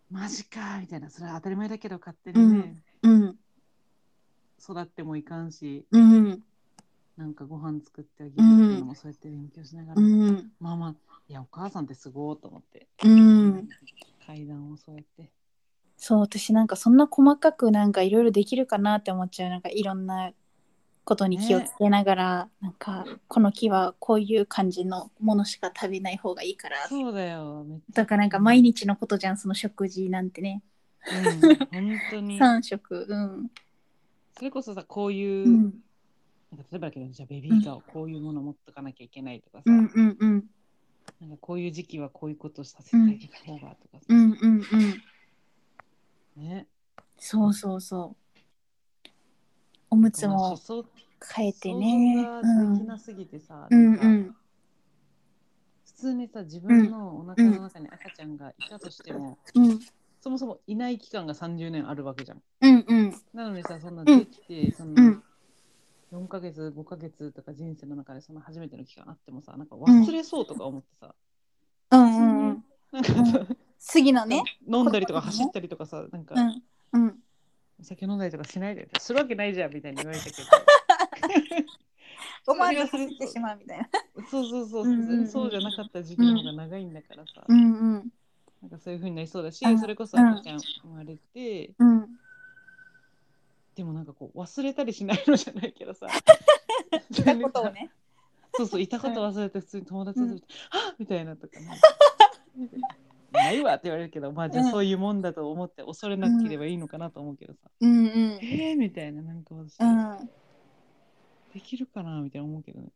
S2: マジかーみたいなそれは当たり前だけど勝手にね、
S1: うん
S2: 育ってもいかんし
S1: うん
S2: なんかご飯作ってあげるっていうのもそうやって勉強しながら、
S1: うん
S2: まあまあいやお母さんってすごいと思って、
S1: うん
S2: 階段をそうやって
S1: そう私なんかそんな細かくなんかいろいろできるかなって思っちゃうなんかいろんなことに気をつけながら、なんかこの木はこういう感じのものしか食べない方がいいから
S2: そうだよめっちゃ
S1: だからなんか毎日のことじゃんその食事なんてね、
S2: うん
S1: *laughs*
S2: 本当に
S1: 3食うん、
S2: それこそさこういう、
S1: うん、
S2: なんか例えばだけどじゃあベビーカーをこういうもの持っとかなきゃいけないとかさ、
S1: うんうんうん
S2: なんかこういう時期はこういうことをさせてあげた方がとかさ、
S1: うんうんうん
S2: ね
S1: そうそうそうおむつ
S2: なんか
S1: も
S2: う想
S1: 変えてね
S2: 想
S1: う
S2: 像ができ
S1: ん
S2: なすぎてさ、
S1: うん
S2: なんか
S1: うん
S2: 普通にさ自分のお腹の中に赤ちゃんがいたとしても、
S1: うん
S2: そもそもいない期間が30年あるわけじゃん。
S1: うんうん
S2: なのにさそんな
S1: うん
S2: できて、そ
S1: うん
S2: の4ヶ月5ヶ月とか人生の中でその初めての期間あってもさなんか忘れそうとか思ってさ、
S1: うんうん
S2: *laughs* なんかさ
S1: 次のね
S2: 飲んだりとか走ったりとかさなんか
S1: うんうん
S2: 酒飲んだりとかしないでするわけないじゃんみたいに言われたけど。
S1: 思わず走ってしまうみたいな。
S2: *laughs* そうそうそう、
S1: うんうんうん
S2: そうじゃなかった時期の方が長いんだからさ、
S1: うんうん
S2: なんかそういう風になりそうだし、
S1: うん
S2: それこそ赤ちゃん生まれて、
S1: うん。
S2: でもなんかこう忘れたりしないのじゃないけど *laughs* さ
S1: 聞いたことをね。
S2: そうそういたこと忘れて普通に友達と「はっ!」みたいなとかね *laughs* ないわって言われるけどまあじゃあ
S1: うん
S2: そういうもんだと思って恐れなければいいのかなと思うけどさ「
S1: うんうん。
S2: えー、みたいななんか私、
S1: うん、
S2: できるかなみたいな思うけどね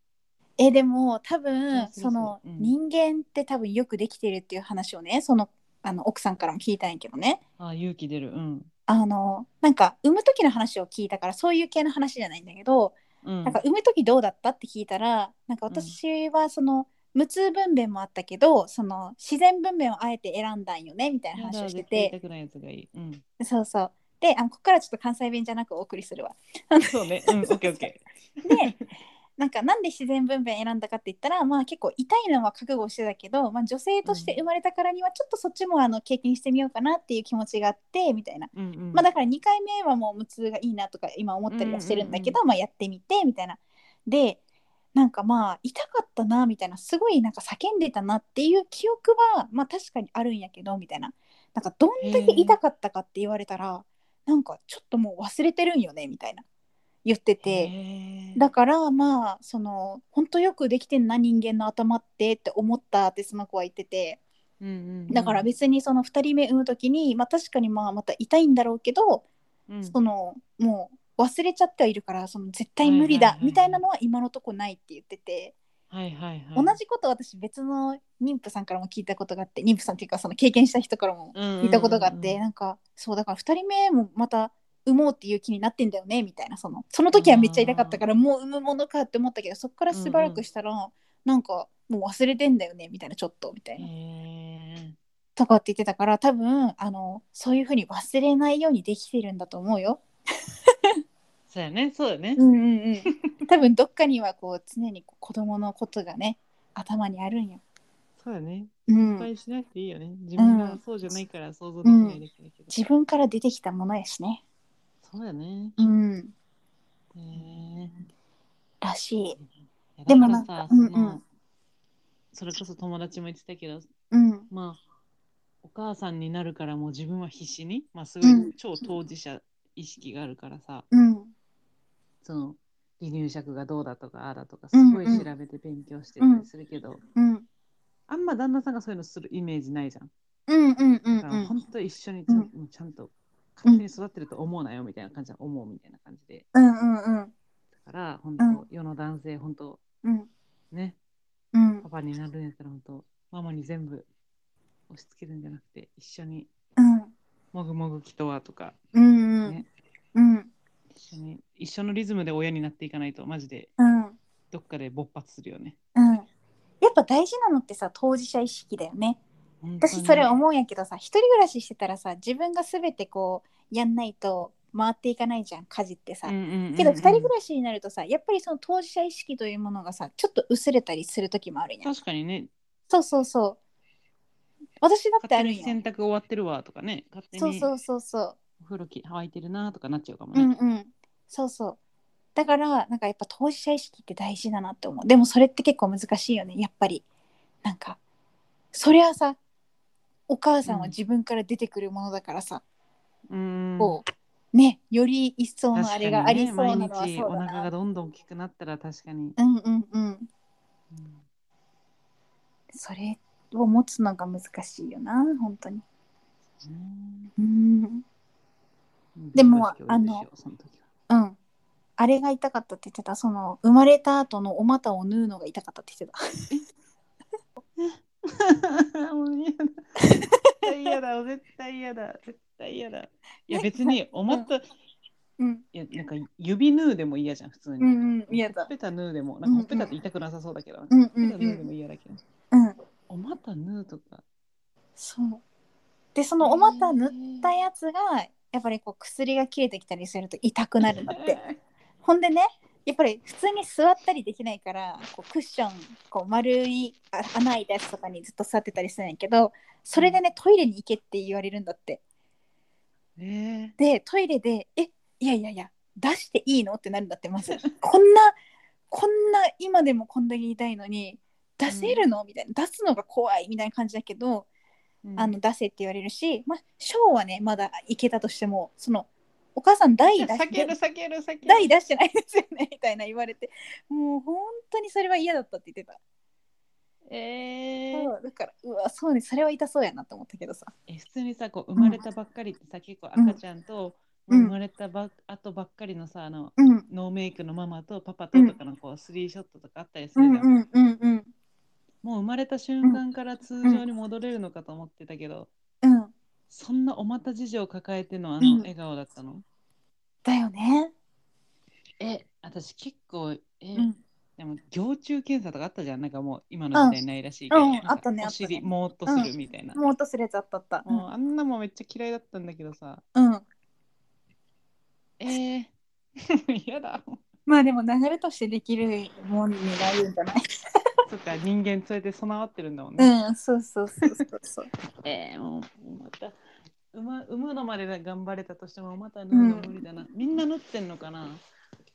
S1: えでも多分
S2: そうそうそう
S1: その
S2: うん
S1: 人間って多分よくできてるっていう話をねそのあの奥さんからも聞いたんやけどね
S2: ああ勇気出るうん、
S1: あのなんか産む時の話を聞いたからそういう系の話じゃないんだけど、
S2: うん、
S1: なんか産む時どうだったって聞いたらなんか私はその、無痛分娩もあったけどその自然分娩をあえて選んだんよねみたいな話をして
S2: やだ
S1: て
S2: 絶対痛くないやつがいい、うん、
S1: *laughs* そうそうであのここからちょっと関西弁じゃなくお送りするわ
S2: そうねうんオッケーオッケ
S1: でなんかなんで自然分娩選んだかって言ったら、まあ、結構痛いのは覚悟してたけど、まあ、女性として生まれたからにはちょっとそっちもあの経験してみようかなっていう気持ちがあってみたいな、
S2: ー、うんうん、
S1: まあ、だから2回目はもう無痛がいいなとか今思ったりはしてるんだけど、まあ、やってみてみたいなでなんかまあ痛かったなみたいなすごいなんか叫んでたなっていう記憶はまあ確かにあるんやけどみたいななんかどんだけ痛かったかって言われたらなんかちょっともう忘れてるんよねみたいな言ってて。
S2: へー
S1: だからまあその本当よくできてんな人間の頭ってって思ったってその子は言ってて
S2: うんうんうん
S1: だから別にその2人目産む時に、まあ、確かにまあまた痛いんだろうけど、
S2: うん
S1: そのもう忘れちゃってはいるからその絶対無理だ
S2: はいはいはい
S1: みたいなのは今のとこないって言ってて、
S2: はいはいはい、
S1: 同じこと私別の妊婦さんからも聞いたことがあって妊婦さんっていうかその経験した人からも聞
S2: 聞
S1: いたことがあって、なんかそうだから2人目もまた産もうっていう気になってんだよねみたいなそのその時はめっちゃ痛かったからもう産むものかって思ったけどそっからしばらくしたら、なんかもう忘れてんだよねみたいなちょっとみたいな、
S2: へ
S1: とかって言ってたから多分あのそういうふうに忘れないようにできてるんだと思うよ。
S2: ーそうやねそうやね、
S1: うんうんうん、 *laughs* 多分どっかにはこう常にこう子供のことがね頭にあるんよ。
S2: そうやね
S1: う
S2: 失
S1: ん、
S2: 敗しなくていいよね自分がそうじゃないから想像できないだけだけど、
S1: 自分から出てきたものやしね。
S2: そうやね
S1: うん、
S2: へー
S1: らしい。
S2: いや
S1: でもなんか
S2: だらさその
S1: うんうん
S2: それこそ友達も言ってたけど
S1: うん
S2: まあお母さんになるからもう自分は必死にまあすごい
S1: うん
S2: 超当事者意識があるからさ、
S1: うん
S2: その離乳食がどうだとかああだとかす
S1: うん
S2: ごい調べて勉強してたりするけど、
S1: うん
S2: あんま旦那さんがそういうのするイメージないじゃん
S1: うんうんうん
S2: だから
S1: うん
S2: 本当一緒にちゃん,、ちゃんと勝手に育ってると思うなよみたいな感じで思うみたいな感じで
S1: うんうんうん
S2: だから本当、
S1: うん
S2: 世の男性本当
S1: うん
S2: ね
S1: うん
S2: パパになるんやったら本当ママに全部押し付けるんじゃなくて一緒に
S1: うん
S2: もぐもぐきとはとか
S1: うんうん
S2: ね
S1: うん
S2: 一緒に一緒のリズムで親になっていかないとマジで
S1: うん
S2: どっかで勃発するよね
S1: うんやっぱ大事なのってさ当事者意識だよね
S2: 本当に
S1: 私それ思うんやけどさ一人暮らししてたらさ自分が全てこうやんないと回っていかないじゃん家事ってさ、
S2: うんうんうんうん
S1: けど二人暮らしになるとさやっぱりその当事者意識というものがさちょっと薄れたりする時もあるやん
S2: 確かにね
S1: そうそうそう私だってあ
S2: 勝
S1: るん
S2: 手に
S1: や
S2: 洗濯終わってるわとかね勝手
S1: そう
S2: に
S1: そうそうそう
S2: お風呂き乾いてるなとかなっちゃうかも
S1: うん
S2: ね、
S1: うん、そうそうだからなんかやっぱ当事者意識って大事だなって思うでもそれって結構難しいよねやっぱりなんかそりゃさお母さんは自分から出てくるものだからさ、
S2: うん
S1: こうねより一層
S2: 確
S1: の
S2: か
S1: あ
S2: にね
S1: れがありそうなのは
S2: 毎日
S1: そう
S2: お
S1: だ
S2: 腹
S1: な、
S2: がどんどん大きくなったら確かに、
S1: うんうんうん
S2: うん
S1: それを持つのが難しいよな本当にう
S2: うん
S1: んでも
S2: うん
S1: あの
S2: その時は
S1: うんあれが痛かったって言ってたその生まれた後のお股を縫うのが痛かったって言ってた *laughs*
S2: もう嫌だ。絶対嫌だ。絶対嫌だ。絶対嫌だ。いや別に思った、い
S1: うん
S2: やなんか指縫うでも嫌じゃん普通に。
S1: ん嫌
S2: ほっぺた縫うでもなんかほっぺたって痛くなさそうだけど、
S1: うん
S2: ほ
S1: う
S2: っ
S1: ん
S2: ぺた縫うでも嫌だけど。
S1: うん
S2: お股縫うとか。
S1: そうでそのお股塗ったやつがやっぱりこう薬が切れてきたりすると痛くなるんだって。ほんでねやっぱり普通に座ったりできないからこうクッションこう丸いあ穴開いたやつとかにずっと座ってたりするんやけどそれでねトイレに行けって言われるんだって
S2: ええ
S1: でトイレで「えいやいやいや出していいの?」ってなるんだってまず *laughs* こんなこんな今でもこんだけ言いたいのに出せるのみたいな出すのが怖いみたいな感じだけど、
S2: ー
S1: あの出せって言われるし、まあ、ショーはねまだいけたとしてもそのお母さん台
S2: い
S1: 出
S2: や避ける
S1: し
S2: 避ける避け
S1: 台
S2: る。
S1: 出してないですよねみ *laughs* たいな言われてもう本当にそれは嫌だったって言ってた、
S2: えー
S1: そうだからうわそうねそれは痛そうやなと思ったけどさ
S2: え普通にさこう生まれたばっかりってさ、結構
S1: うん
S2: 赤ちゃん
S1: う
S2: と、
S1: ん
S2: 生まれたばあとばっかりのさあの
S1: うん
S2: ノーメイクのママとパパととかのこうスリーショットとかあったりす
S1: う
S2: る
S1: ん
S2: じゃん、
S1: うんうんうん
S2: もう生まれた瞬間から通常に戻れるのかと思ってたけど、
S1: うん
S2: そんなお股事情を抱えてのあ
S1: うん
S2: の笑顔だったの、
S1: だよね
S2: え私結構え、
S1: うん
S2: でも行中検査とかあったじゃんなんかもう今の時代ないらしいけ
S1: う
S2: ど、
S1: ん
S2: なんか
S1: あったねあ
S2: お
S1: ったね
S2: 尻もーっとするみたいな、
S1: もうとするやつあったあった
S2: もうあんなもんめっちゃ嫌いだったんだけどさ
S1: うん、うん、
S2: *laughs* えー、嫌だ
S1: まあでも流れとしてできるもんになるんじゃない
S2: そっか人間それで備わってるんだもんね、
S1: うん、そうそうそうそうそう。 *laughs*
S2: えーもうまた産ま産むのまでが頑張れたとしてもまた縫うの無理だな、みんな縫ってんのかな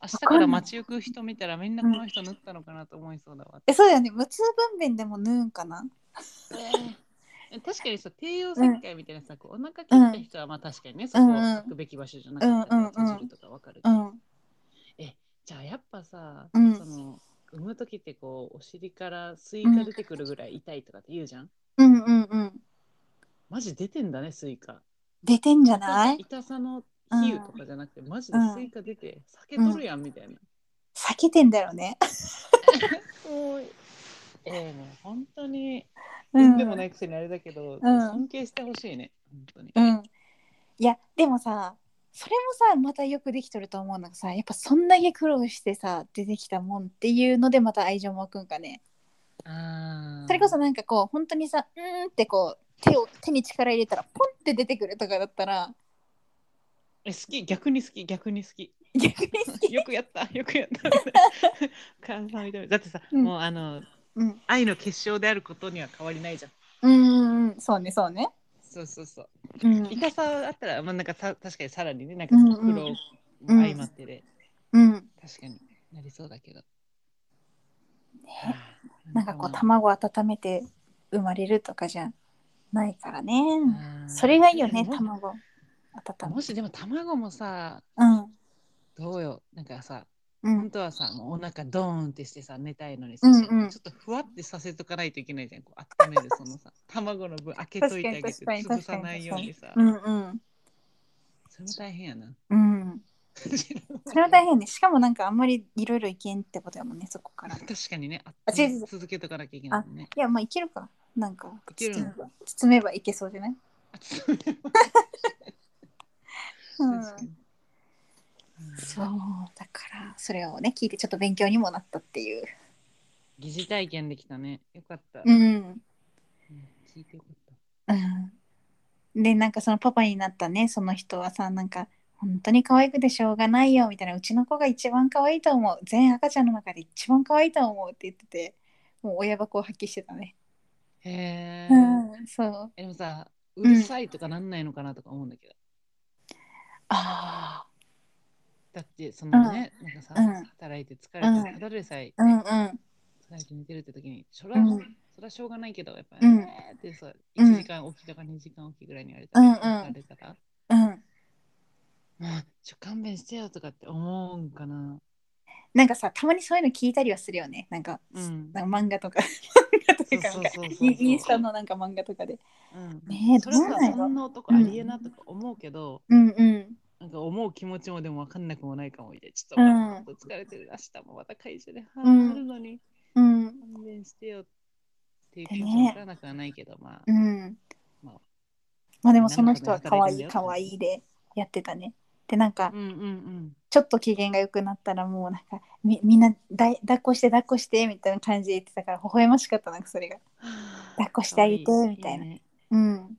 S2: 明日から街行く人見たらみんなこの人縫ったのかなと思いそうだわ、
S1: え、そうだよね。無痛分娩でも縫うんかな。
S2: えー確かにさ帝王切開みたいなさ、こうお腹切った人はまあ確かにねそこを書くべき場所じゃなくて、
S1: うんうん
S2: 閉じるとかわかるけ
S1: う
S2: ど、
S1: ん、
S2: じゃあやっぱさ、
S1: うん
S2: その産む時ってこうお尻からスイカ出てくるぐらい痛いとかって言うじゃん、
S1: うん、うん、うん。
S2: マジ出てんだねスイカ
S1: 出てんじゃない。
S2: 痛さの比喩とかじゃなくて、マジでスイカ出て酒取るやんみたいな、
S1: 避けてんだろうね。
S2: ええもう本当に
S1: う
S2: うん
S1: ん、
S2: でもないくせにあれだけど、尊敬してほしいね本当に、
S1: うん。いや、でもさ。それもさまたよくできとると思うのがさやっぱそんだけ苦労してさ出てきたもんっていうのでまた愛情も湧くんかね
S2: あー
S1: それこそなんかこう本当にさうーんってこう手を手に力入れたらポンって出てくるとかだったら
S2: え好き逆に好き逆に好き
S1: 逆に好き
S2: よく
S1: *laughs*
S2: やったよくやった母さんみたいなだってさ、
S1: うん
S2: もうあの
S1: うん
S2: 愛の結晶であることには変わりないじゃん
S1: うんうんそうねそうね
S2: そうそうそう
S1: うん
S2: 痛さあったら、まあ、なんかさ確かにさらにねなんかその苦労も相まってで、
S1: うん
S2: 確かになりそうだけど。
S1: なんかこう
S2: ま
S1: 卵温めて生まれるとかじゃないからね。それがいいよね、卵温め。
S2: もしでも卵もさ、
S1: うん。
S2: どうよ、なんかさ、
S1: うん
S2: 本。当はさ、もうお腹ドーンってしてさ、寝たいのにさ、
S1: うんうん
S2: ちょっとふわってさせとかないといけないじゃん、こう温め
S1: *laughs*
S2: るそのさ、卵の分開けといてあげて
S1: 確かに確かに
S2: 潰さないようにさ、
S1: うんうん。
S2: それも大変やな。
S1: うん。それは大変ね。しかもなんかあんまりいろいろいけんってことやもんね、そこから。い
S2: *laughs* 確かにね、
S1: あ違う違う
S2: 続けとかなきゃいけないもんね。
S1: や、まあいけるか。なんか
S2: いける
S1: 包めば包めばいけそうじゃない
S2: *laughs* あそう
S1: うん。
S2: 確かにうん
S1: そう。だから、それをね、聞いてちょっと勉強にもなったっていう。
S2: 疑似体験できたね。よかった。
S1: うん。
S2: うん聞いてよかった。
S1: うんでなんかそのパパになったねその人はさなんか本当に可愛くてしょうがないよみたいなうちの子が一番可愛いと思う全赤ちゃんの中で一番可愛いと思うって言っててもう親箱を発揮してたね、
S2: へえ、
S1: うん、そう
S2: えでもさ、うるさいとかなんないのかなとか思うんだけど。
S1: あ
S2: だって、そのね、なんかさ、
S1: うん
S2: 働いて疲れ
S1: うん
S2: て、ただでさえ、
S1: あうんうん
S2: 疲れて寝てるって時に、そら、
S1: うん
S2: そらしょうがないけど、やっぱ、
S1: うん
S2: えーってさ、
S1: うん
S2: 1時間起きとか2時間起きぐらいに言われたら、
S1: うんうん
S2: 言われたら、
S1: うん
S2: もう、ちょ、勘弁してよとかって思うんかな。
S1: なんかさたまにそういうの聞いたりはするよねなんか,、
S2: うん。
S1: なんか漫画とか漫画とかなんか
S2: そうそうそうそう
S1: インスタのなんか漫画とかで
S2: うん、
S1: ねえ
S2: それは
S1: どう
S2: さ
S1: なんやろ
S2: そんな男ありえなとか思うけど、
S1: うんうん
S2: なんか思う気持ちもでも分かんなくもないかもみたいな。ちょ
S1: う
S2: っ
S1: ん
S2: と疲れてる、明日もまた会社で
S1: うん
S2: 働るのに
S1: うん
S2: 勘弁してよっていう
S1: で
S2: 気
S1: ね
S2: 持ち分からなくはないけど、まあ、
S1: うん
S2: まあ。
S1: まあでもその人は可愛い
S2: なんとか
S1: 可愛いでやってたね。でなんか
S2: うんうんうん。
S1: ちょっと機嫌が良くなったらもうなんかみみんなだい抱っこして抱っこしてみたいな感じで言ってたから微笑ましかったなんかそれが。抱っこしてあげてみたいな
S2: ね
S1: うん。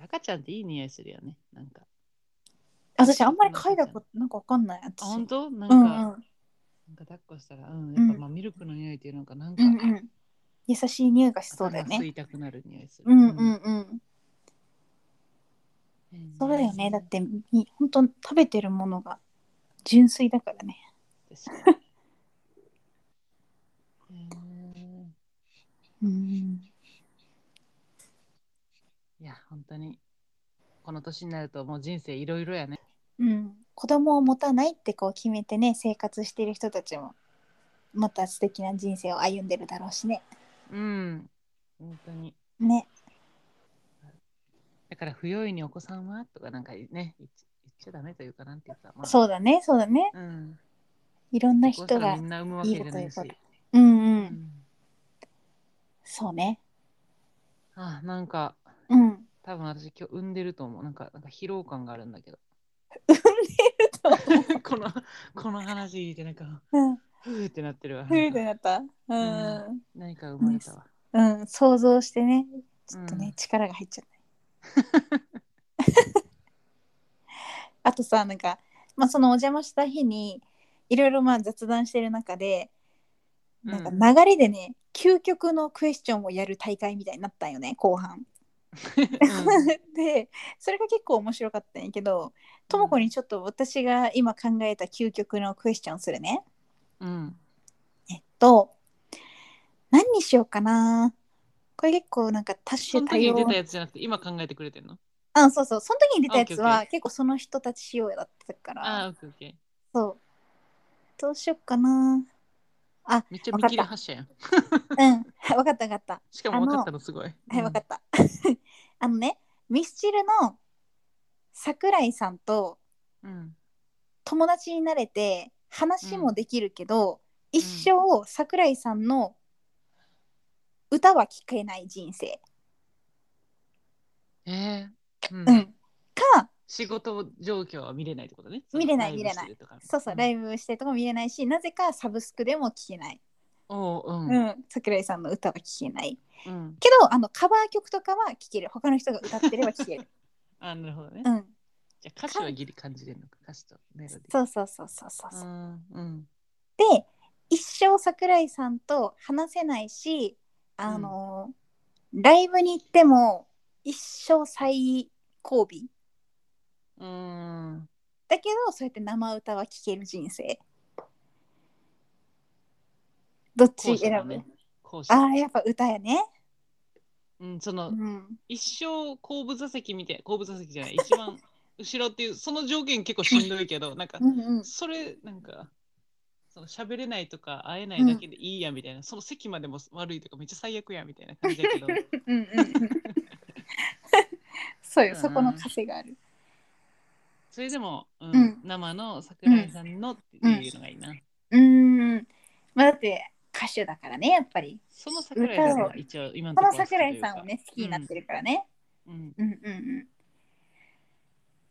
S2: 赤ちゃんっていい匂いするよね。なんか。
S1: 私あんまり嗅いだことなんかわかんない
S2: あ、
S1: 私。
S2: 本当な
S1: う
S2: んか、
S1: んう
S2: なんか
S1: ん
S2: 抱っこしたら、うん、やっぱまあミルクの匂いっていうのかなんか、
S1: うんうん。優しい匂いがしそうだよ
S2: 頭吸
S1: ね。
S2: いたくなる匂いする。
S1: うんうんうん。そうだよねだってみ本当食べてるものが純粋だからね
S2: ですねへー
S1: うん
S2: いや本当にこの年になるともう人生いろいろやね
S1: うん、子供を持たないってこう決めてね生活してる人たちもまた素敵な人生を歩んでるだろうしね。
S2: うん本当に
S1: ね。
S2: だから不用意にお子さんはとかなんかね言っ言っちゃダメというかなんていうか、まあ、
S1: そうだねそうだね。
S2: う、ん、
S1: いろんな
S2: こう
S1: 人
S2: したら
S1: が
S2: みんな産むわけじゃないし
S1: いいことうんう
S2: うんん
S1: そうね。
S2: あなんか
S1: うん。 *laughs* 産ん
S2: 多分私今日産んでると思うなんかなんか疲労感がある
S1: *laughs*
S2: んだけど
S1: でると。
S2: このこの話聞いてなんか
S1: うん。
S2: ふーってなってるわ
S1: ふうって
S2: なんか
S1: なった。う
S2: 何か生まれたわ
S1: ん。うん。想像してねちょっとね、
S2: うん
S1: 力が入っちゃった。 *laughs* あとさなんか、まあ、そのお邪魔した日にいろいろまあ雑談してる中で、なん
S2: うん、
S1: か流れでね、究極のクエスチョンをやる大会みたいになったんよね後半。 *laughs* でそれが結構面白かったんやけどともこにちょっと私が今考えた究極のクエスチョンするね。
S2: うん
S1: えっと何にしようかなこれ結構なんか多種
S2: その
S1: 多
S2: 時に出
S1: 様
S2: たやつじゃなくて今考えてくれてんの
S1: あそうそうその時に出たやつ
S2: あオッケーオッ
S1: は結構その人たち仕様だったから
S2: ああオッケーオッケー
S1: そうどうしようか
S2: *laughs*
S1: なあ
S2: めっちゃ見切り発車やん
S1: うん分かった分かった
S2: しかも分かったのすごい
S1: はい、わか
S2: た
S1: った。 *laughs* あのね、ミスチルの桜井さんと
S2: うん
S1: 友達になれて話もできるけど、一生桜井さんの歌は聴けない人生、
S2: えーうん
S1: うんか
S2: 仕事状況は見れないってことね。
S1: 見れない
S2: その
S1: 見れない
S2: ライブしてるとか
S1: そうそう、ライブしてるとこ見れないしなぜかサブスクでも聴けない、
S2: おう、う。
S1: うんん、桜井さんの歌は聴けない
S2: うん。
S1: けどあのカバー曲とかは聴ける他の人が歌ってれば聴け
S2: *laughs*
S1: る、
S2: あ、なるほどね。
S1: うん、
S2: じゃあ歌詞はギリ感じれるのか、歌詞とメロディー。
S1: そうそうそうそうそうそう
S2: う。ん。うん。
S1: で一生桜井さんと話せないしあの、ライブに行っても一生最後尾
S2: うん。
S1: だけどそうやって生歌は聴ける人生どっち選ぶ、
S2: 後者だね後者
S1: ああやっぱ歌やね、
S2: うん、そうの、
S1: ん、
S2: 一生後部座席みたい、後部座席じゃない、一番後ろっていう、その条件結構しんどいけど、なんか
S1: う、んうん
S2: それ、なんか、その喋れないとか会えないだけでいいやみたいな、その席までも悪いとかめっちゃ最悪やみたいな感じだけ
S1: *laughs*
S2: ど、
S1: うんうんうんそうよ
S2: うん
S1: そこの枷がある
S2: それでも、うん
S1: うん
S2: 生の桜井さんのっていうのがいいな。
S1: うんまあだって歌手だからねやっぱり
S2: その桜井さん
S1: 歌を
S2: が一応今の
S1: ことの
S2: ころは好きと
S1: 桜
S2: い
S1: 井
S2: うか
S1: さんをね好きになってるからね、
S2: うん
S1: うんうんうん。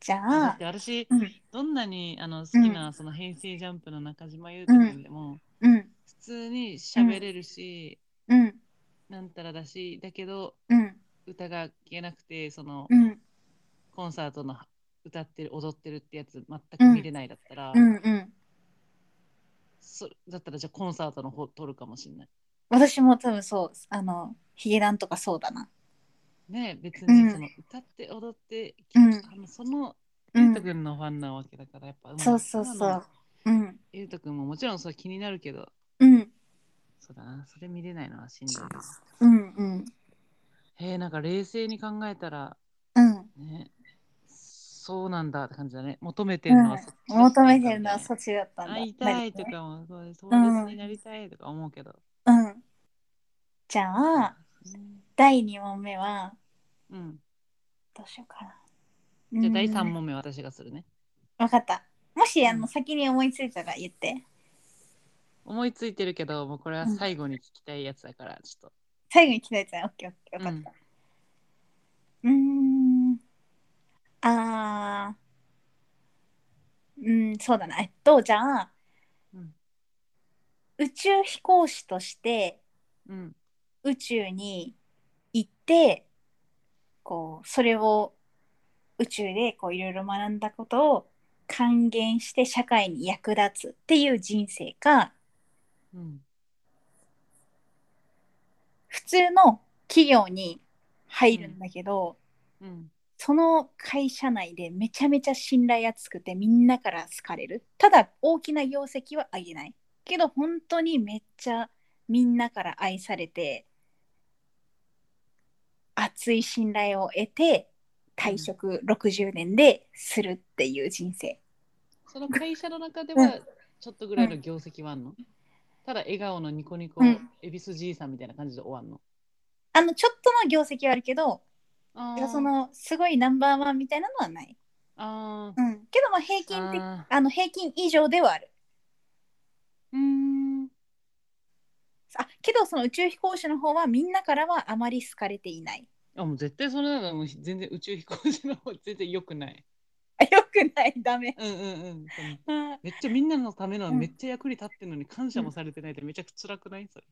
S1: じゃ
S2: だ
S1: あ
S2: って、私、
S1: うん
S2: どんなにあの好きな、その平成ジャンプの中島優斗君でも、
S1: うん
S2: 普通に喋れるし、
S1: うん
S2: なんたらだし、だけど
S1: うん
S2: 歌が聴けなくて、その
S1: うん
S2: コンサートの歌ってる、踊ってるってやつ全
S1: うん
S2: く見れないだったら、
S1: うんうん。
S2: そだったらじゃあコンサートの方撮るかもしれない。
S1: 私も多分そうあのヒゲダンとかそうだな。
S2: ねえ
S1: う
S2: 別
S1: ん
S2: にその歌って踊って、
S1: うん
S2: あのその
S1: う
S2: 優斗
S1: ん、
S2: 君のファンなわけだから、やっぱ、
S1: そうそうそう。うん
S2: 優斗君ももちろんそう気になるけど、
S1: うん
S2: そうだな、それ見れないのはしんどいな。
S1: うんうん
S2: へえ、なんか冷静に考えたら、
S1: うん。
S2: ね、そうなんだって感じだね。求めてるのはそっちだった
S1: 求
S2: んだ
S1: めて
S2: みたい
S1: るの
S2: な
S1: はそっちだったんだ。
S2: 会いたいと
S1: なる
S2: かも、そう友達になりたいとか思うけど。
S1: ほどねうん。じゃあ第二問目は
S2: うん。
S1: どうしようかな。
S2: じゃあ第3
S1: うん。
S2: 問目私がするね。
S1: わかった。もしあ
S2: う
S1: の
S2: ん
S1: 先に思いついたら言って。
S2: 思いついてるけど、もうこれは最後に聞きたいやつだから、ちょっ
S1: 最後に来たやつね。オッケーオッケー。わかった。うーん。あーうん、そうだな。えっと、じゃあ、
S2: と。うん。
S1: 宇宙飛行士として
S2: うん。
S1: 宇宙に行って、こう、それを宇宙でこういろいろ学んだことを還元して社会に役立つっていう人生か、
S2: うん。
S1: 普通の企業に入るんだけど、
S2: うん。
S1: その会社内でめちゃめちゃ信頼厚くてみんなから好かれるただ大きな業績はあげないけど本当にめっちゃみんなから愛されて厚い信頼を得て退職60年でするっていう人生、
S2: その会社の中ではちょっとぐらいの業績はあんの、ただ笑顔のニコニコ、
S1: うん
S2: 恵比寿じいさんみたいな感じで終わんの。
S1: あのちょっとの業績はあるけど
S2: あ
S1: だからそのすごいナンバーワンみたいなのはない、
S2: あー
S1: うん、けどまあ平均的あ
S2: あ
S1: の平均以上ではある
S2: ー。うーん。
S1: あけどその宇宙飛行士の方はみんなからはあまり好かれていない
S2: あもう絶対それならもう全然宇宙飛行士の方全然良くない。
S1: あよくないダメ
S2: うんうんうん。その
S1: うん
S2: めっちゃみんなのための
S1: うん
S2: めっちゃ役に立ってるのに感謝もされてないってめちゃくちゃ辛くないそれ。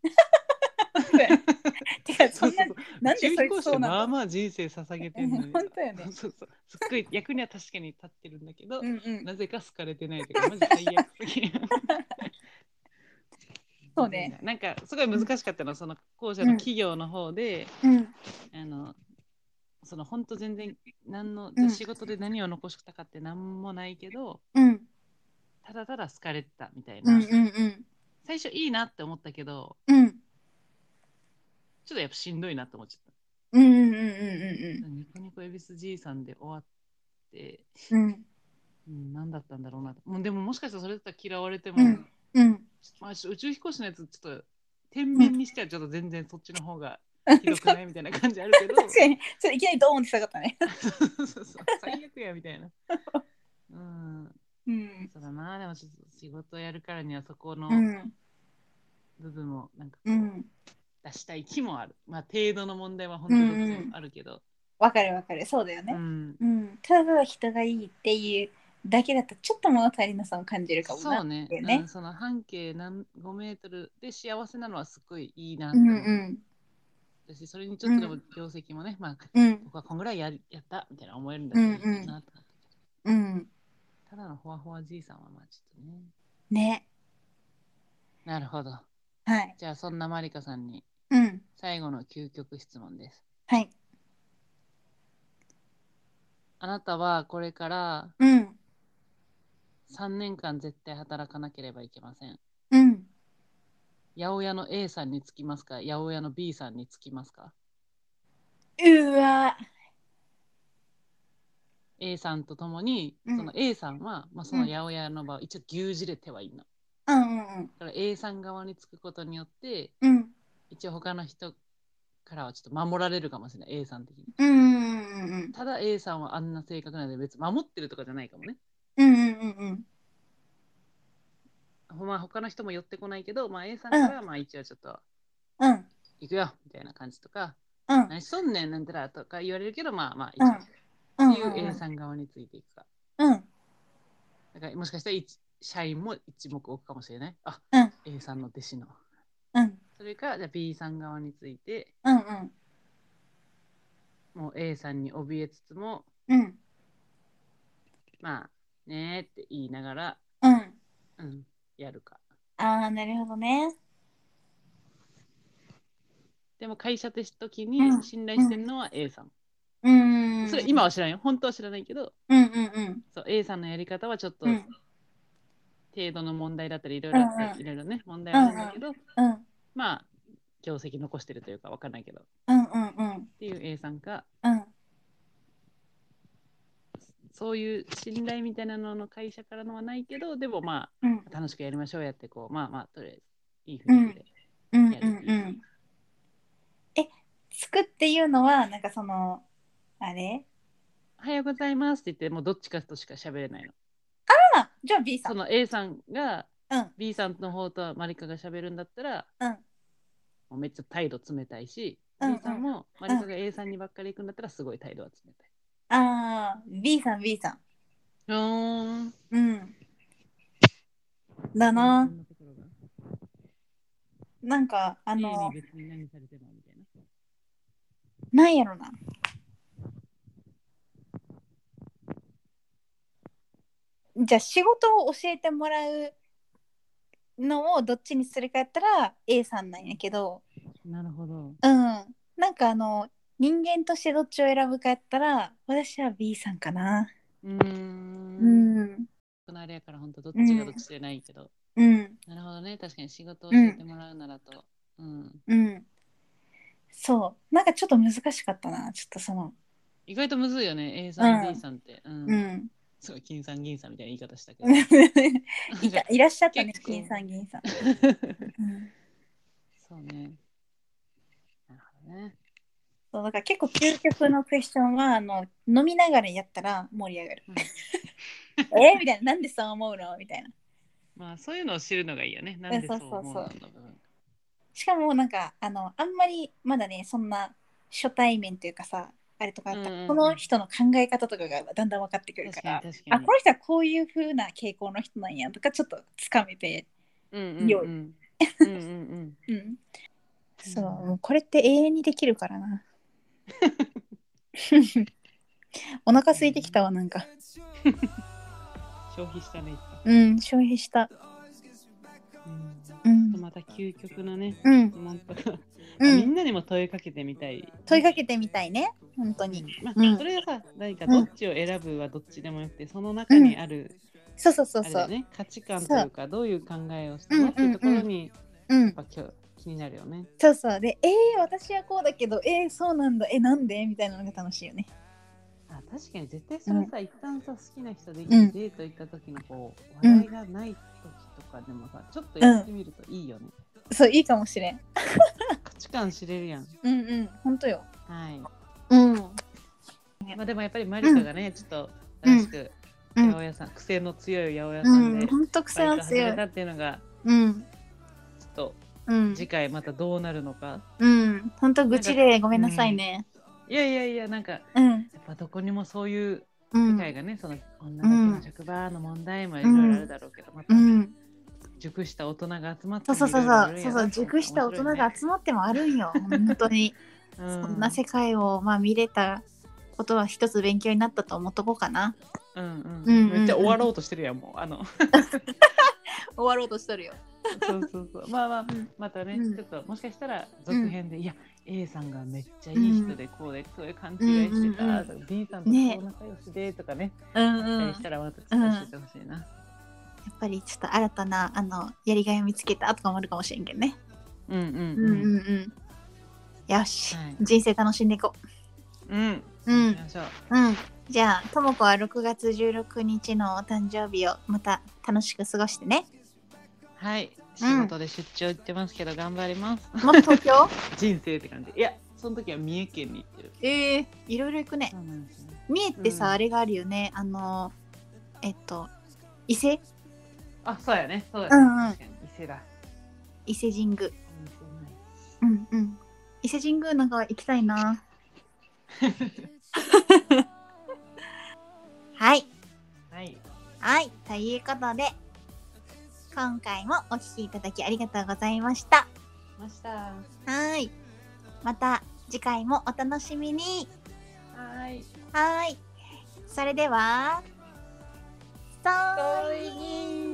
S1: てかそんな
S2: ううう
S1: なんでそいつ
S2: 宇宙飛行士
S1: そうなの
S2: まあまあ人生捧げてるのに。
S1: *laughs* 本当よね
S2: そうそう。すっごい役には確かに立ってるんだけど、
S1: うんうん
S2: なぜか好かれてないとか、マジ最悪すぎる
S1: *laughs* そうね。
S2: なんかすごい難しかったのは、その後者の企業の方で、
S1: うん
S2: あの、その本当全然何の、
S1: うん
S2: 仕事で何を残したかって何もないけど、
S1: うん
S2: ただただ好かれてたみたい
S1: うんう
S2: な、
S1: んうん
S2: 最初いいなって思ったけど、
S1: うん
S2: ちょっとやっぱしんどいなって思っちゃっ
S1: うんうんうんうん
S2: た。ニコニコ恵比寿じいさんで終わって、
S1: うん
S2: うん、何だったんだろうなともうでももしかしたらそれだったら嫌われても、
S1: うんうん
S2: まあ、宇宙飛行士のやつちょっと天秤にしてはちょっと全然そっちの方がひどくないみたいな感じあるけど
S1: *laughs* 確かにちょっといきなりドーンって下がったね
S2: そうそうそう最悪やみたいな。うん、
S1: うん
S2: そうだなでもちょっと仕事やるからにはそこの
S1: うん
S2: 部分をなんか
S1: う
S2: こうん出したい気もある、まあ程度の問題は本当にどっちもあるけど、
S1: わかるわかるそうだよ
S2: う
S1: ね、
S2: ん、
S1: うん、ただただ人がいいっていうだけだとちょっと物足りなさを感じるかも
S2: そう
S1: な。
S2: ね
S1: ていう
S2: う
S1: ね
S2: ん、その半径何5メートルで幸せなのはすごいいいなっ
S1: う
S2: て
S1: んう
S2: 思っ
S1: ん
S2: たし、それにちょっとでも業績もね、まあ
S1: うん
S2: 僕はこんぐらいやりやったみたいな思えるんだけど、いいなと思って
S1: うん
S2: ただのほわほわじいさんはまあちょっとね
S1: ね
S2: なるほど
S1: はい
S2: じゃあそんなマリカさんに
S1: うん
S2: 最後の究極質問です
S1: はい
S2: あなたはこれから
S1: うん
S2: 3年間絶対働かなければいけません
S1: うん
S2: 八百屋の A さんにつきますか八百屋の B さんにつきますか
S1: うわ
S2: A さんとともに、
S1: うん
S2: その A さんは、まあ、その八百屋の場を一応牛耳れてはいいの。だ
S1: うんうん
S2: から A さん側につくことによって、
S1: うん
S2: 一応他の人からはちょっと守られるかもしれない、A さん的に。
S1: うんうん
S2: ただ A さんはあんな性格なので別に守ってるとかじゃないかもね。
S1: うんうんうんうんうん
S2: まあ、他の人も寄ってこないけど、まあ、A さんからはまあ一応ちょっと
S1: うん
S2: 行くよみたいな感じとか、
S1: うん
S2: 何しとんねんなんてらとか言われるけど、まあまあ一
S1: うんうん
S2: 応、っていう A さん側についていくか。
S1: うん
S2: だからもしかしたら一社員も一目置くかもしれない。あ、
S1: うん
S2: A さんの弟子の。
S1: うん
S2: それか、じゃあ B さん側について、
S1: うんうん
S2: もう A さんに怯えつつも、
S1: うん
S2: まあ、ねーって言いながら、
S1: うん
S2: うん、やるか。
S1: ああなるほどね
S2: でも会社って時
S1: う
S2: に
S1: ん
S2: 信頼してるのは A さん。
S1: うん
S2: それ今は知らんよ。本当は知らないけど、
S1: うんうんうん
S2: そう A さんのやり方はちょっと
S1: うん
S2: 程度の問題だったり、いろいろあっ
S1: うん
S2: たり
S1: うん
S2: いろいろね、問題はあるんだけど、
S1: うん
S2: まあ、業績残してるというかわかんないけど、っ
S1: うんうんうん
S2: ていう A さんか、
S1: うん
S2: そういう信頼みたいなのの会社からのはないけど、でもま
S1: うん
S2: あ、楽しくやりましょうやって、こう、まあまあ、とりあえず、いい
S1: うん
S2: 雰囲気で。
S1: うんうんうん。え、つくっていうのは、なんかその、あれ
S2: おはようございますって言って、もうどっちかとしか喋れないの。
S1: あ、じゃあ B さ
S2: そ
S1: ん。
S2: の A さんが
S1: うん、
S2: B さんの方とマリカが喋るんだったら、
S1: うん
S2: もうめっちゃ態度冷たいし、
S1: うんうん
S2: B さんもマリカが A さんにばっかり行くんだったらすごい態度は冷たい。
S1: あー、B さん、B さん。
S2: うん。
S1: うん。だな。なんか、あ
S2: あ
S1: の
S2: の。、別に何されてもみたいな。
S1: なんやろな。じゃあ仕事を教えてもらうのをどっちにするかやったら A さんなんやけど、
S2: なるほ
S1: う
S2: ど。
S1: ん、なんかあの人間としてどっちを選ぶかやったら私は B さんかな
S2: うー。
S1: うんん
S2: あれやから本当どっちがどっちじゃないけど。
S1: うん
S2: なるほどね。確かに仕事を教えてもらうならと。うん。
S1: うんそうなんかちょっと難しかったなちょっとその
S2: 意外とむずいよね。A さん、
S1: うん
S2: D さんって。う。
S1: うんん
S2: すごい、金さん、銀さんみたいな言い方したけど。
S1: *laughs* いたいらっしゃったね
S2: 結構
S1: 金さん銀
S2: *laughs*
S1: さん、うん、
S2: そうね。なるほどね。
S1: そうだから結構究極のクエスチョンはあの飲みながらやったら盛り上がる
S2: う
S1: *laughs*
S2: ん
S1: えーみたいななんでそう思うのみたいな
S2: まあそういうのを知るのがいいよね。なんでそう思うのかの部分
S1: しかもなんかあのあんまりまだねそんな初対面というかさあれとかあったら
S2: うんうんうん
S1: この人の考え方とかがだんだん分かってくるか
S2: 確からに確か
S1: あ
S2: に
S1: こ。の人はこういう風な傾向の人なんやとかちょっとつかめて、
S2: うんうん
S1: 良い
S2: うんうんうん
S1: うん、そう
S2: うん
S1: もうこれって永遠にできるから
S2: *laughs*
S1: な *laughs* お腹空いてきたわなんか
S2: 消費したね。
S1: うん消費した
S2: うんちょ
S1: う
S2: っ
S1: ん
S2: とまた究極のね、
S1: うん
S2: 疑問とか、
S1: う
S2: み
S1: ん
S2: んなにも問いかけてみたい。
S1: 問いかけてみたいね本当に
S2: まあ、
S1: うん
S2: それがさ、何かどっちを選ぶはどっちでもよくて、その中にある、
S1: そうそうそう
S2: あれ
S1: そ
S2: だ
S1: う、
S2: ね、価値観というか、どういう考えをした
S1: うんうんう
S2: の
S1: ん
S2: っていうところに、や
S1: うん
S2: っぱ今日気になるよね。
S1: そうそうでえー、私はこうだけどえー、そうなんだえなんでみたいなのが楽しいよね
S2: あ確かに絶対それさ、一旦さ好きな人でデ
S1: うん
S2: ート行った時のこう
S1: うん
S2: 話題がない時とかでもさちょっとやってみるといいよね、
S1: そういいかもしれん
S2: 価値観知れるやん
S1: うんうん本当よ
S2: はい
S1: うん
S2: まあでもやっぱりマリカがね、ちょっと正しく
S1: う
S2: 八
S1: ん
S2: 百屋さん、癖の強い八百屋さん
S1: う
S2: で、
S1: ん本当癖
S2: バイ
S1: は
S2: ト始
S1: 強
S2: め
S1: い
S2: たっていうのが
S1: うん
S2: ちょっと
S1: うん
S2: 次回またどうなるのか、
S1: うん本当愚痴でごめんなさいね
S2: いやいやいやなんかや
S1: うん
S2: っぱどこにもそういう
S1: う
S2: 世界
S1: ん
S2: がね、その女の子の職場の問題もいろいろあるだろうけど、ま
S1: う
S2: た
S1: ん
S2: 熟した大人が集まって
S1: そうそうそう
S2: いろいろあ
S1: そ
S2: る
S1: うそ
S2: や
S1: う
S2: ろ
S1: そう熟した大人が集まってもあるんよ本当に
S2: うん
S1: そんな世界をまあ見れたことは一つ勉強になったと思っとこうかな
S2: うん
S1: うん
S2: う
S1: うん
S2: んめっちゃ終わろうとしてるやんもうあ
S1: *laughs*
S2: の
S1: 終わろうとしてるよ
S2: そうそうそうまあまあ
S1: うん
S2: またね、
S1: うん
S2: ちょっともしかしたら続編で、いや A さんがめっちゃいい人でこうで、そういう勘違いしてた、
S1: うんうんうん
S2: とか B さんとこ
S1: ね
S2: う仲良しでとかね
S1: うん
S2: 期
S1: うん
S2: 待したらまたちょっと教えてほしいな、
S1: やっぱりちょっと新たなあのやりがいを見つけたとかもあるかもしれんけどね。
S2: うん、うん
S1: う
S2: うんん
S1: う
S2: うん
S1: んうん。よし、
S2: はい
S1: 人生楽しんでいこ
S2: うん
S1: う。うん
S2: 行
S1: う。
S2: きましょうん
S1: じゃあともこは6月16日のお誕生日をまた楽しく過ごしてね。
S2: *laughs* はい仕事で出張行ってますけど頑張ります、
S1: もっと東京
S2: 人生って感じいやその時は三重県に行ってる
S1: ええいろいろ行くね。
S2: そうなんですね
S1: 三重ってさ、
S2: うん
S1: あれがあるよね。あのえっと伊勢
S2: あそうやねそうやね、
S1: うんうん
S2: 確かに伊勢だ
S1: 伊勢神宮。うんうん。伊勢神宮なんか行きたいな。はい。
S2: はい
S1: はい、ということで、今回もお聞きいただきありがとうございました。
S2: ましたは
S1: はい。また次回もお楽しみに。
S2: ーい
S1: はい。それでは、ストーリー